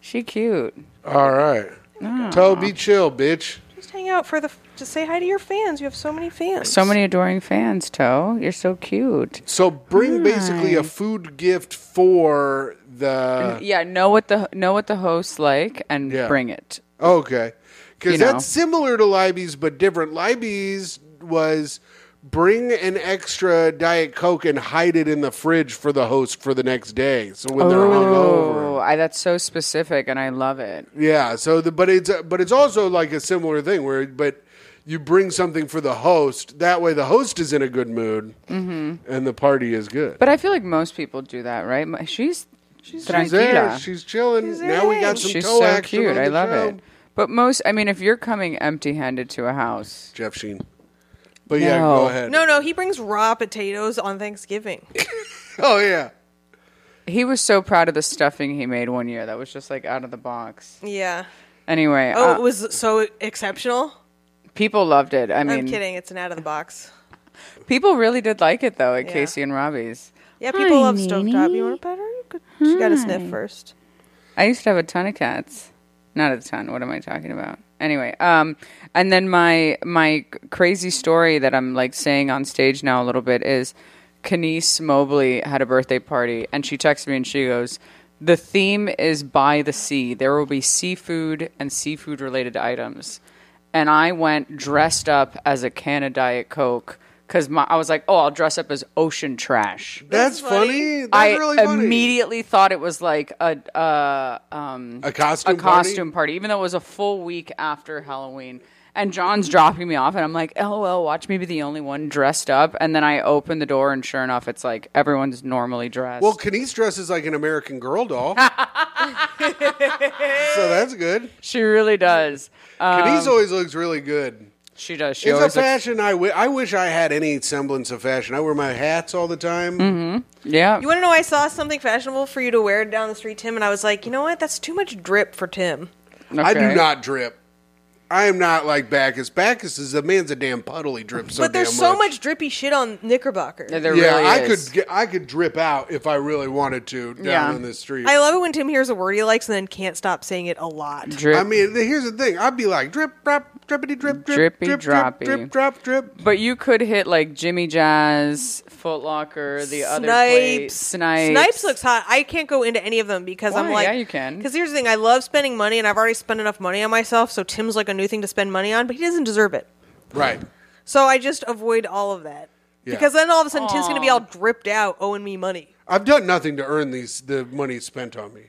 S3: She cute.
S1: All right.
S3: Ah.
S1: Toby, chill, bitch.
S2: Just hang out for the. Just say hi to your fans. You have so many fans.
S3: So many adoring fans, Toe. You're so cute.
S1: So bring basically a
S3: Hi.
S1: food gift for the.
S3: Mm, yeah, know what the know what the hosts like and
S1: Uh, Yeah.
S3: bring it.
S1: Okay. Because
S3: You know.
S1: that's similar to Libby's, but different. Libby's was bring an extra Diet Coke and hide it in the fridge for the host for the next day. So when they're hungover.
S3: Oh, I, that's so specific, and I love it.
S1: Yeah. So, the, but it's but it's also like a similar thing where, but you bring something for the host. That way, the host is in a good mood,
S3: Mm-hmm.
S1: and the party is good.
S3: But I feel like most people do that, right? My- She's she's
S1: she's there. She's chilling.
S2: She's
S1: now we got
S2: there.
S1: some
S3: She's
S1: toe
S3: so
S1: action.
S3: cute.
S1: on
S3: I
S1: the
S3: love
S1: show.
S3: it. But most, I mean, if you're coming empty-handed to a house,
S1: Jeff Sheen. But yeah,
S3: No.
S1: go ahead.
S2: No, no, he brings raw potatoes on Thanksgiving.
S1: Oh yeah.
S3: he was so proud of the stuffing he made one year. That was just like out of the box.
S2: Yeah.
S3: Anyway,
S2: Oh,
S3: uh,
S2: it was so exceptional.
S3: people loved it. I mean,
S2: I'm kidding. It's an out of the box.
S3: People really did like it though at
S2: Yeah.
S3: Casey and Robbie's.
S2: Yeah, people
S3: Hi,
S2: love stovetop. You
S3: Nene.
S2: want a better? You could- She got a sniff first.
S3: I used to have a ton of cats. Not a ton. What am I talking about? Anyway, um, and then my my crazy story that I'm like saying on stage now a little bit is, Kenise Mobley had a birthday party and she texted me and she goes, "The theme is by the sea. There will be seafood and seafood related items." And I went dressed up as a can of Diet Coke because I was like, "Oh, I'll dress up as ocean trash."
S1: That's
S2: funny.
S1: funny. That's
S3: I
S1: really funny.
S3: immediately thought it was like a uh, um,
S1: A costume
S3: a
S1: party?
S3: costume party, even though it was a full week after Halloween. And John's dropping me off, and I'm like, "LOL, watch me be the only one dressed up." And then I open the door, and sure enough, it's like everyone's normally dressed.
S1: Well, Kenise dresses like an American Girl doll. so that's good.
S3: she really does. Uh,
S1: Kenise always looks really good.
S3: she does. She
S1: it's a
S3: always looks-
S1: fashion I wi- I wish I had any semblance of fashion. I wear my hats all the time.
S3: yeah.
S2: You want to know? I saw something fashionable for you to wear down the street, Tim, and I was like, you know what? That's too much drip for Tim.
S1: I do
S3: Okay.
S1: not drip. I am not like Bacchus. Bacchus is the man's a damn puddle. He drips so
S2: but there's
S1: damn
S2: so much drippy shit on Knickerbocker.
S3: Yeah, There
S1: yeah,
S3: really
S1: I
S3: is.
S1: could get, I could drip out if I really wanted to down
S3: Yeah.
S1: on the street.
S2: I
S1: I,
S2: love it when Tim hears a word he likes and then can't stop saying it a lot.
S3: Drip.
S1: mean, the- here's the thing. I'd be like drip, drop, drippity, drip, drip,
S3: Drippy
S1: drip,
S3: droppy.
S1: drip, drip, drop, drip.
S3: but you could hit like Jimmy Jazz, Foot Locker, the other
S2: Snipes.
S3: place, Snipes.
S2: Snipes looks hot. I can't go into any of them because I'm
S3: Why?
S2: like,
S3: Yeah, you can.
S2: Because here's the thing: I love spending money, and I've already spent enough money on myself. So Tim's like a new thing to spend money on, but he doesn't deserve it.
S1: Right.
S2: So I just avoid all of that
S1: Yeah.
S2: because then all of a sudden Tim's gonna be all dripped out, owing me money.
S1: I've done nothing to earn these the money spent on me.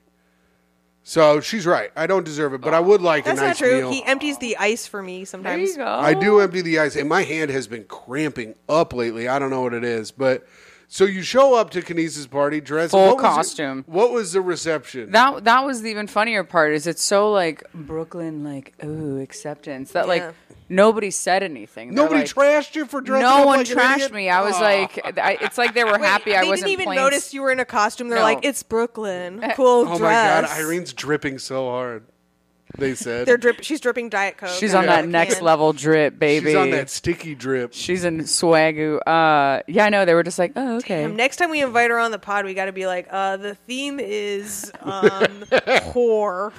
S1: So she's right. I don't deserve it, but I would like
S2: That's
S1: a
S2: not
S1: nice
S2: true.
S1: meal.
S2: He empties the ice for me
S3: There
S2: sometimes.
S3: you go.
S1: I do empty the ice, and my hand has been cramping up lately. I don't know what it is, but so you show up to Kinesis' party dressed
S3: Full
S1: what was it-
S3: costume.
S1: what was the reception?
S3: That that was the even funnier part. Is it's so like Brooklyn, like ooh acceptance that
S2: Yeah.
S3: like nobody said anything. They're
S1: Nobody
S3: like,
S1: trashed you for dressing
S3: No
S1: up
S3: one
S1: like an
S3: trashed
S1: idiot?
S3: me. I was
S1: Aw.
S3: like, I, it's like they were
S2: Wait,
S3: happy
S2: they
S3: I wasn't
S2: didn't even
S3: playing
S2: notice you were in a costume. They're
S3: No.
S2: like, "It's Brooklyn, cool
S1: oh my
S2: dress."
S1: god, Irene's dripping so hard. They said
S2: They're drip- she's dripping diet coke.
S3: She's
S2: out
S3: on
S2: of
S3: that
S2: the
S3: next
S2: can.
S3: level drip,
S1: she's
S3: baby.
S1: on that sticky drip.
S3: She's in swagoo. Uh, yeah, I know. They were just like, oh, okay.
S2: Um, Next time we invite her on the pod, we got to be like, uh, "The theme is um, whore."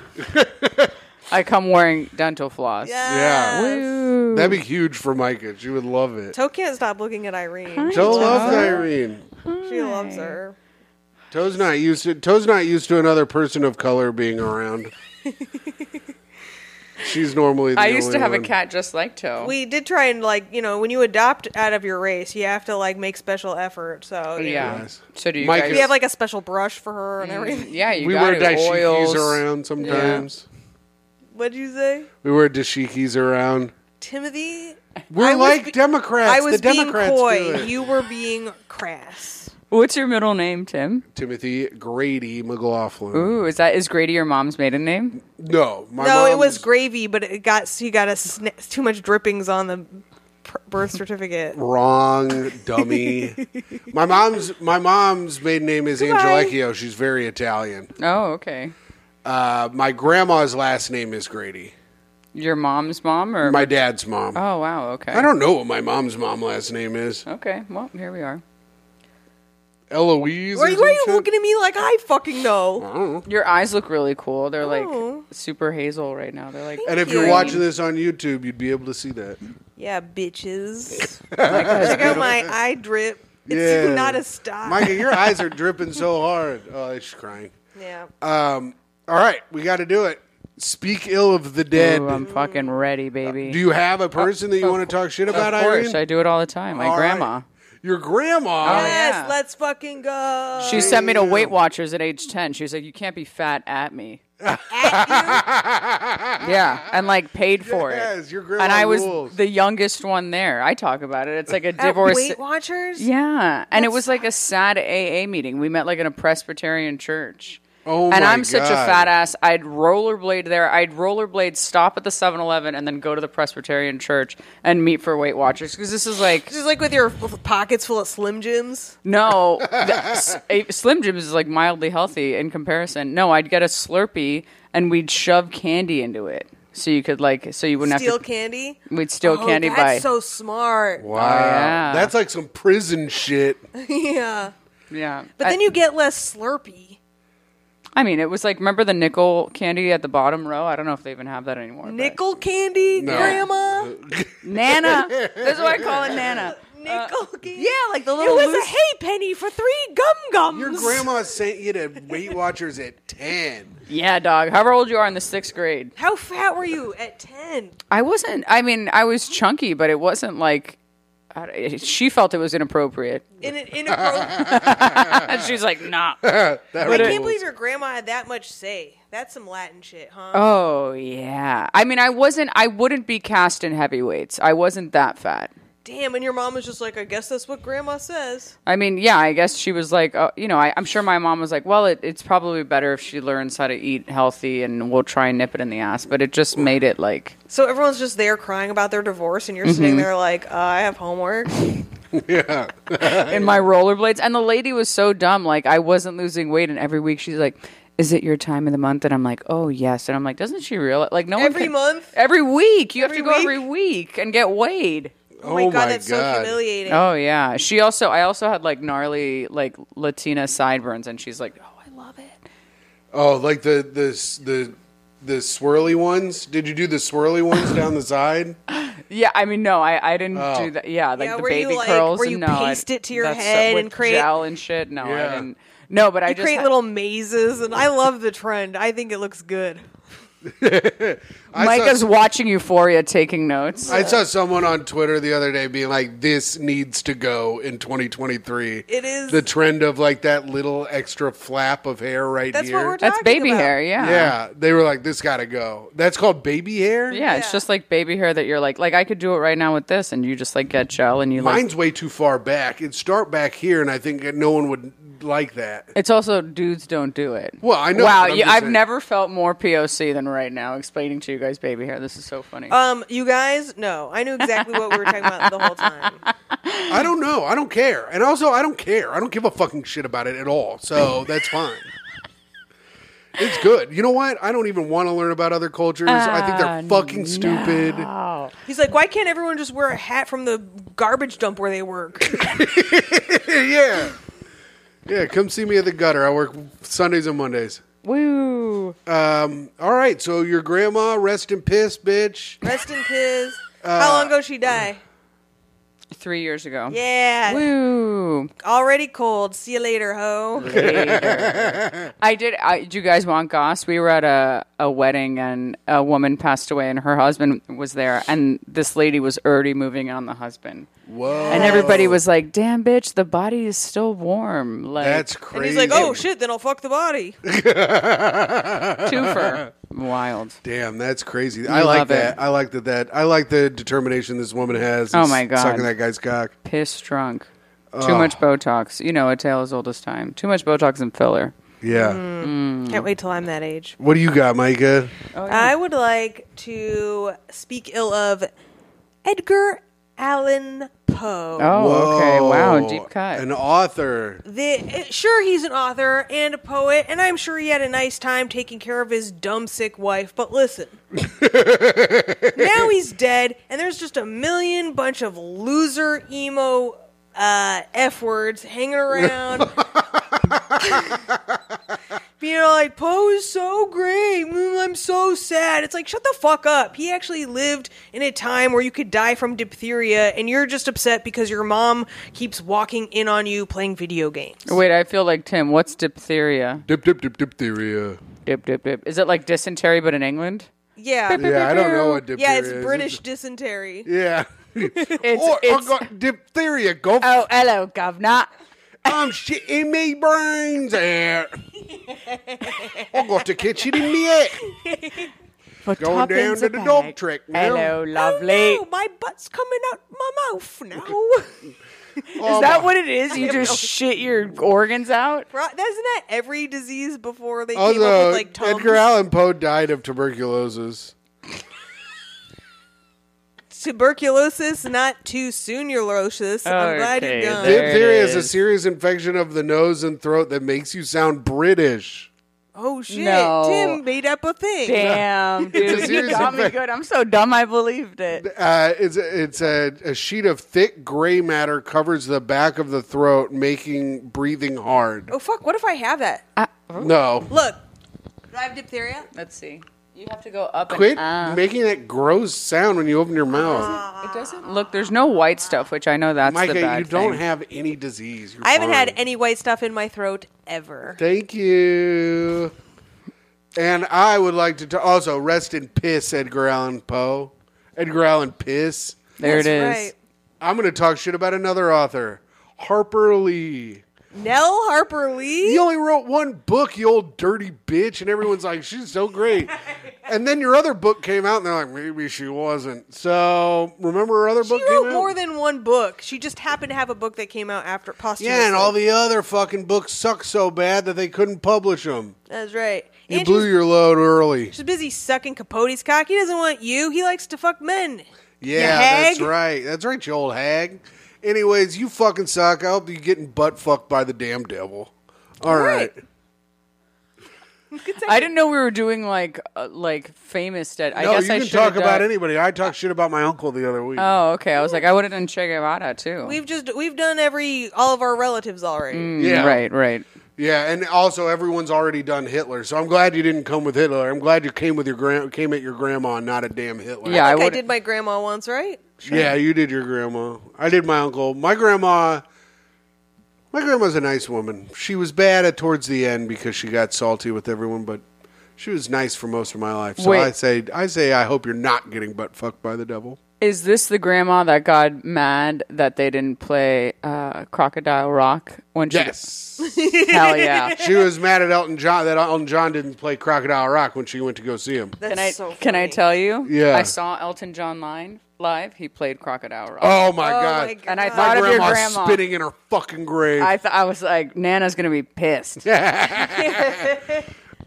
S3: I come wearing dental floss.
S1: Yeah.
S2: Yes.
S3: Woo.
S1: That'd be huge for Micah. She would love it.
S2: Toe can't stop looking at Irene.
S1: Toe loves Irene.
S2: She loves her.
S1: Toe's not used to Toe's not used to another person of color being around. She's normally. The
S3: I used to
S1: only
S3: have a
S1: one.
S3: cat just like Toe.
S2: We did try and like you know when you adopt out of your race, you have to like make special effort.
S1: Oh,
S2: So you know.
S3: yeah.
S1: Yes.
S3: So do you
S1: Mike
S3: guys?
S2: we have like a special brush for her
S1: Mm.
S2: and everything.
S3: yeah, you
S1: we
S3: got
S1: wear
S3: it.
S1: dashikis
S3: Oils.
S1: around sometimes.
S2: What'd you say,
S1: We wear dashikis around.
S2: Timothy?
S1: We're
S2: I was
S1: like
S2: be-
S1: Democrats.
S2: I was
S1: the Democrats
S2: being coy.
S1: do it.
S2: You were being crass.
S3: What's your middle name, Tim?
S1: Timothy Grady McLaughlin.
S3: Ooh, is that is Grady your mom's maiden name?
S1: No, my
S2: no, it was
S1: mom's
S2: gravy, but it got he got a sn- too much drippings on the pr- birth certificate.
S1: wrong, dummy. my mom's my mom's maiden name is Angelecchio. She's very Italian.
S3: Oh, okay.
S1: Uh, my grandma's last name is Grady.
S3: Your mom's mom or
S1: My dad's mom.
S3: Oh wow, okay.
S1: I don't know what my mom's mom last name is.
S3: Okay, well here we are.
S1: Eloise.
S2: Why,
S1: or
S2: why are you
S1: some shit?
S2: looking at me like I fucking know?
S3: Your eyes look really cool. They're like
S2: Oh.
S3: super hazel right now. They're like
S1: And if you're
S2: Green.
S1: watching this on YouTube, you'd be able to see that.
S2: Yeah, bitches.
S3: Like,
S2: Check out my eye drip. It's
S1: Yeah.
S2: not a
S3: Uh.
S2: stop.
S1: Micah, your eyes are dripping so hard. Oh, she's crying.
S2: yeah.
S1: Um, all right, we got to do it. Speak ill of the dead.
S3: Ooh, I'm fucking ready, baby.
S1: do you have a person that you want to talk shit about,
S3: of course,
S1: Irene?
S3: I do it all the time. My
S1: All right.
S3: grandma.
S1: Your grandma.
S3: Oh,
S2: yes,
S3: yeah.
S2: let's fucking go.
S3: She sent me to Weight Watchers at age 10. She was like, You can't be fat at me. yeah, and like paid for it.
S1: Yes, your grandma
S3: And I was
S1: rules.
S3: the youngest one there. I talk about it. It's like a
S2: At
S3: divorce.
S2: Weight Watchers.
S3: Yeah, and it was like a sad AA meeting. We met like in a Presbyterian church.
S1: Oh
S3: and
S1: my
S3: I'm such a
S1: God.
S3: fat ass. I'd rollerblade there. I'd rollerblade, stop at the 7-Eleven, and then go to the Presbyterian church and meet for Weight Watchers because this is like
S2: She's like with your f- pockets full of Slim Jims.
S3: no, the- S- a- Slim Jims is like mildly healthy in comparison. No, I'd get a Slurpee and we'd shove candy into it so you could like so you wouldn't
S2: Steal
S3: have to.
S2: candy.
S3: we'd steal
S2: Oh,
S3: candy
S2: that's
S3: by.
S2: so smart.
S1: Wow.
S3: yeah.
S1: That's like some prison shit.
S2: yeah.
S3: yeah,
S2: But then you get less Slurpee.
S3: I mean, it was like remember the nickel candy at the bottom row. I don't know if they even have that anymore. but-
S2: Nickel candy,
S1: No.
S2: Grandma.
S3: Uh, Nana. That's why I call it Nana.
S2: Nickel candy.
S3: uh, Yeah, like the
S2: It
S3: little.
S2: was
S3: loose-
S2: a hay penny for three gum gums.
S1: Your grandma sent you to Weight Watchers at 10.
S3: yeah, dog. However old you are in the sixth grade,
S2: How fat were you at ten?
S3: I wasn't. I mean, I was chunky, but it wasn't like. I, it- she felt it was inappropriate,
S2: In an inappropriate.
S3: and she's like, "Nah."
S1: That
S2: I
S1: rules.
S2: can't believe your grandma had that much say. That's some Latin shit, huh?
S3: Oh yeah. I mean, I wasn't. I wouldn't be cast in heavyweights. I wasn't that fat.
S2: Damn, and your mom was just like, I guess that's what grandma says.
S3: I mean, yeah. I guess she was like, uh, you know, I, I'm sure my mom was like, well, it, it's probably better if she learns how to eat healthy, and we'll try and nip it in the ass. But it just made it like.
S2: So everyone's just there crying about their divorce, and you're sitting there like, uh, I have homework.
S1: Yeah.
S3: in my rollerblades. And the lady was so dumb. Like I wasn't losing weight, and every week she's like, "Is it your time of the month?" And I'm like, "Oh yes." And I'm like, "Doesn't she realize?" Like no one
S2: Every
S3: can-
S2: month?
S3: every week. You
S2: Every
S3: have to go
S2: week?
S3: every week and get weighed.
S2: Oh my
S1: Oh
S2: god,
S1: my
S2: that's
S1: God.
S2: so humiliating.
S3: Oh yeah. She also. I also had like gnarly like Latina sideburns, and she's like, "Oh, I love it."
S1: Oh, like the the the the swirly ones? Did you do the swirly ones down the side?
S3: Yeah, I mean, no, I, I didn't
S1: Oh.
S3: do that. Yeah, like
S2: Yeah,
S3: the
S2: were you,
S3: baby
S2: like-
S3: curls.
S2: were you
S3: no, I-
S2: paste it to your
S3: that's-
S2: head
S3: with
S2: and create-
S3: gel and shit? No,
S1: Yeah.
S3: I didn't. No, but I
S2: You
S3: just
S2: create
S3: had-
S2: little mazes, and I love the trend. I think it looks good.
S1: I
S3: Micah's
S1: saw-
S3: watching Euphoria, taking notes.
S1: I saw someone on Twitter the other day being like, "This needs to go in 2023."
S2: It is-
S1: the trend of like that little extra flap of hair right
S2: That's
S1: here.
S2: what we're talking
S3: That's baby
S2: about.
S3: hair, yeah.
S1: yeah, they were like, "This got to go." That's called baby hair.
S3: Yeah, it's
S2: Yeah.
S3: just like baby hair that you're like, like I could do it right now with this, and you just like get gel and you like.
S1: mine's way too far back. It'd start back here, and I think that no one would like that.
S3: It's also dudes don't do it.
S1: Well, I know,
S3: Wow,
S1: but I'm
S3: you,
S1: just
S3: I've
S1: saying.
S3: never felt more POC than right now explaining to you guys baby hair. This is so funny.
S1: Uh,
S2: Um, you guys, no, I knew exactly what we were talking about the whole time.
S1: I don't know. I don't care, and also I don't care. I don't give a fucking shit about it at all. So that's fine. It's good. You know what? I don't even want to learn about other cultures. I think
S3: Ah,
S2: Uh,
S1: they're fucking stupid.
S2: He's like, why can't everyone just wear a hat from the garbage dump where they work?
S1: yeah. Yeah, come see me at the gutter. I work Sundays and Mondays.
S3: Woo.
S1: Um, all right, so your grandma, rest in piss, bitch.
S2: Rest in peace. How long ago she die?
S3: Three years ago.
S2: Yeah,
S3: Woo.
S2: already cold. See you later, ho.
S3: Later. I did. I, do you guys want goss? We were at a, a wedding and a woman passed away, and her husband was there, and this lady was already moving on the husband,
S1: Whoa.
S3: and everybody was like, "Damn, bitch, the body is still warm." Like
S1: That's
S2: And
S1: crazy.
S2: he's like, oh shit, then I'll fuck the body.
S3: twofer. Wild.
S1: Damn, that's crazy. I like
S3: love it.
S1: that. I like that that I like the determination this woman has. in
S3: Oh, my God.
S1: Sucking that guy's cock.
S3: Piss drunk. Too much Botox. You know, a tale as old as time. Too much Botox and filler.
S1: Yeah.
S3: Mm.
S2: Can't wait till I'm that age.
S1: What do you got, Micah?
S2: I would like to speak ill of Edgar Allan Poe.
S3: Oh, okay. Wow.
S1: Whoa,
S3: Oh, Deep cut.
S1: Oh, An author.
S2: The, sure, he's an author and a poet, and I'm sure he had a nice time taking care of his dumb, sick wife. But listen, now he's dead, and there's just a million bunch of loser emo uh, f words hanging around. Being all like, Poe is so great. Mm, I'm so sad. It's like, shut the fuck up. He actually lived in a time where you could die from diphtheria, and you're just upset because your mom keeps walking in on you playing video games.
S3: Wait, I feel like Tim. What's diphtheria?
S1: Dip dip dip diphtheria.
S3: Dip, dip, dip. Is it like dysentery but in England?
S2: Yeah.
S1: Yeah, I don't know what diphtheria
S2: Yeah, it's
S1: is.
S2: British dysentery.
S1: Yeah.
S3: It's,
S1: or
S3: it's-
S1: I got diphtheria. Go
S3: oh, hello, governor.
S1: I'm shitting me brains out. I got to catch it in me ass.
S3: For
S1: Going down
S3: tuppence
S1: to
S3: a
S1: the
S3: bag.
S1: dog trick now.
S3: Hello,
S2: Oh,
S3: lovely.
S2: no, my butt's coming out my mouth now.
S1: Oh,
S3: Is
S1: my-
S3: that what it is? You just shit your organs out?
S2: Right, Isn't that every disease before they came up
S1: Also,
S2: with like Tums?
S1: Oh, Edgar Allan Poe died of tuberculosis.
S2: Tuberculosis, not too soonulocious. I'm glad
S3: Okay,
S2: you're done.
S3: there- it
S1: Diphtheria is. a
S3: is.
S1: serious infection of the nose and throat that makes you sound British.
S2: Oh shit!
S3: No.
S2: Tim made up a thing.
S3: Damn, dude. You
S1: serious
S3: got me
S1: effect.
S3: good. I'm so dumb I believed it.
S1: Uh, it's a, it's a, a sheet of thick gray matter covers the back of the throat, making breathing hard.
S2: Oh fuck! What if I have that?
S1: No,
S2: Look, do I have diphtheria?
S3: Let's see. You have to go up
S1: quit
S3: and up.
S1: making that gross sound when you open your mouth,
S3: It doesn't Uh, look. There's no white stuff, which I know that's the
S1: Micah.
S3: bad
S1: You don't
S3: thing.
S1: have any disease. You're
S2: I haven't had
S1: fine.
S2: any white stuff in my throat ever.
S1: Thank you. And I would like to ta- also rest in piss, Edgar Allan Poe. Edgar Allan Piss.
S3: there it is.
S2: That's right.
S1: I'm going to talk shit about another author, Harper Lee.
S2: Nell Harper Lee.
S1: He only wrote one book, you old dirty bitch, and everyone's like, she's so great. And then your other book came out, and they're like, maybe she wasn't. So remember her other book
S2: She
S1: came
S2: wrote
S1: out?
S2: more than one book. She just happened to have a book that came out after posthumously.
S1: yeah, and all the other fucking books suck so bad that they couldn't publish them.
S2: That's right.
S1: You
S2: and
S1: blew
S2: she's,
S1: your load early.
S2: she's busy sucking Capote's cock. He doesn't want you. He likes to fuck men.
S1: Yeah,
S2: hag.
S1: that's right. That's right, you old hag. Anyways, you fucking suck. I hope you're getting butt fucked by the damn devil. All right.
S2: right.
S3: I didn't know we were doing like uh, like famous dead. I
S1: No,
S3: guess
S1: you
S3: I
S1: can
S3: should
S1: talk about
S3: done...
S1: anybody. I talked shit about my uncle the other week.
S3: Oh, okay. I was like, I would have done Che Guevara too.
S2: We've just we've done every all of our relatives already.
S3: Mm.
S1: yeah,
S3: Right, right.
S1: Yeah, and also everyone's already done Hitler, so I'm glad you didn't come with Hitler. I'm glad you came with your gran- came at your grandma, and not at damn Hitler.
S3: Yeah,
S2: I,
S3: I
S2: think I
S3: would.
S2: did my grandma once, right?
S1: yeah, you did your grandma. I did my uncle. My grandma, my grandma's a nice woman. She was bad at towards the end because she got salty with everyone, but She was nice for most of my life. So
S3: Wait.
S1: I say, I say, I hope you're not getting butt fucked by the devil.
S3: Is this the grandma that got mad that they didn't play uh, Crocodile Rock when she?
S1: Yes.
S3: Hell yeah!
S1: she was mad at Elton John that Elton John didn't play Crocodile Rock when she went to go see him.
S2: That's
S3: Can I
S2: so funny.
S3: can I tell you?
S1: Yeah.
S3: I saw Elton John line live. He played Crocodile Rock.
S1: Oh my
S2: Oh
S1: god!
S2: my God.
S3: and I
S2: My
S1: My
S3: thought of your
S1: grandma's
S3: grandma.
S1: spitting in her fucking grave.
S3: I th- I was like, Nana's gonna be pissed. Yeah.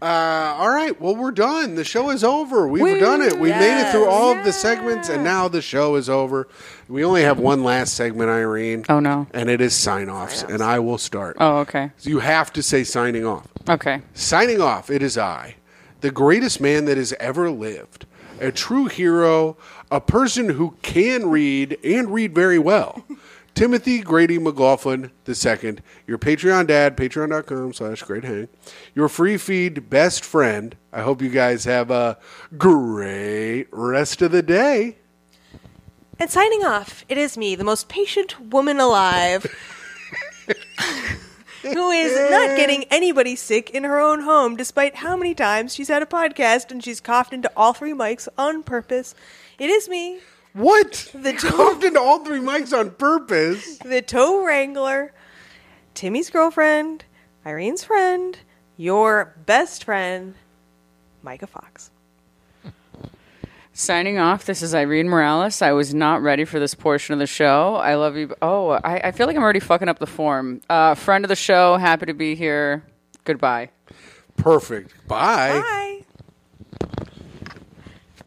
S1: Uh, all right, well we're done. The show is over. We've done it. We made it through
S3: Yes.
S1: all of the segments, and now the show is over. We only have one last segment, Irene.
S3: Oh, no.
S1: And it is sign offs, and I will start.
S3: Oh okay.
S1: So you have to say signing off.
S3: Okay.
S1: Signing off, it is I, the greatest man that has ever lived, a true hero, a person who can read and read very well. Timothy Grady McLaughlin II, your Patreon dad, patreon.com slash great hang, your free feed best friend. I hope you guys have a great rest of the day.
S2: And signing off, it is me, the most patient woman alive, who is not getting anybody sick in her own home, despite how many times she's had a podcast and she's coughed into all three mics on purpose. It is me,
S1: What?
S2: The
S1: You hopped into all three mics on purpose.
S2: the toe wrangler, Timmy's girlfriend, Irene's friend, your best friend, Micah Fox.
S3: Signing off. This is Irene Morales. I was not ready for this portion of the show. I love you. Oh, I, I feel like I'm already fucking up the form. Uh, friend of the show, happy to be here. Goodbye.
S1: Perfect. Bye.
S2: Bye.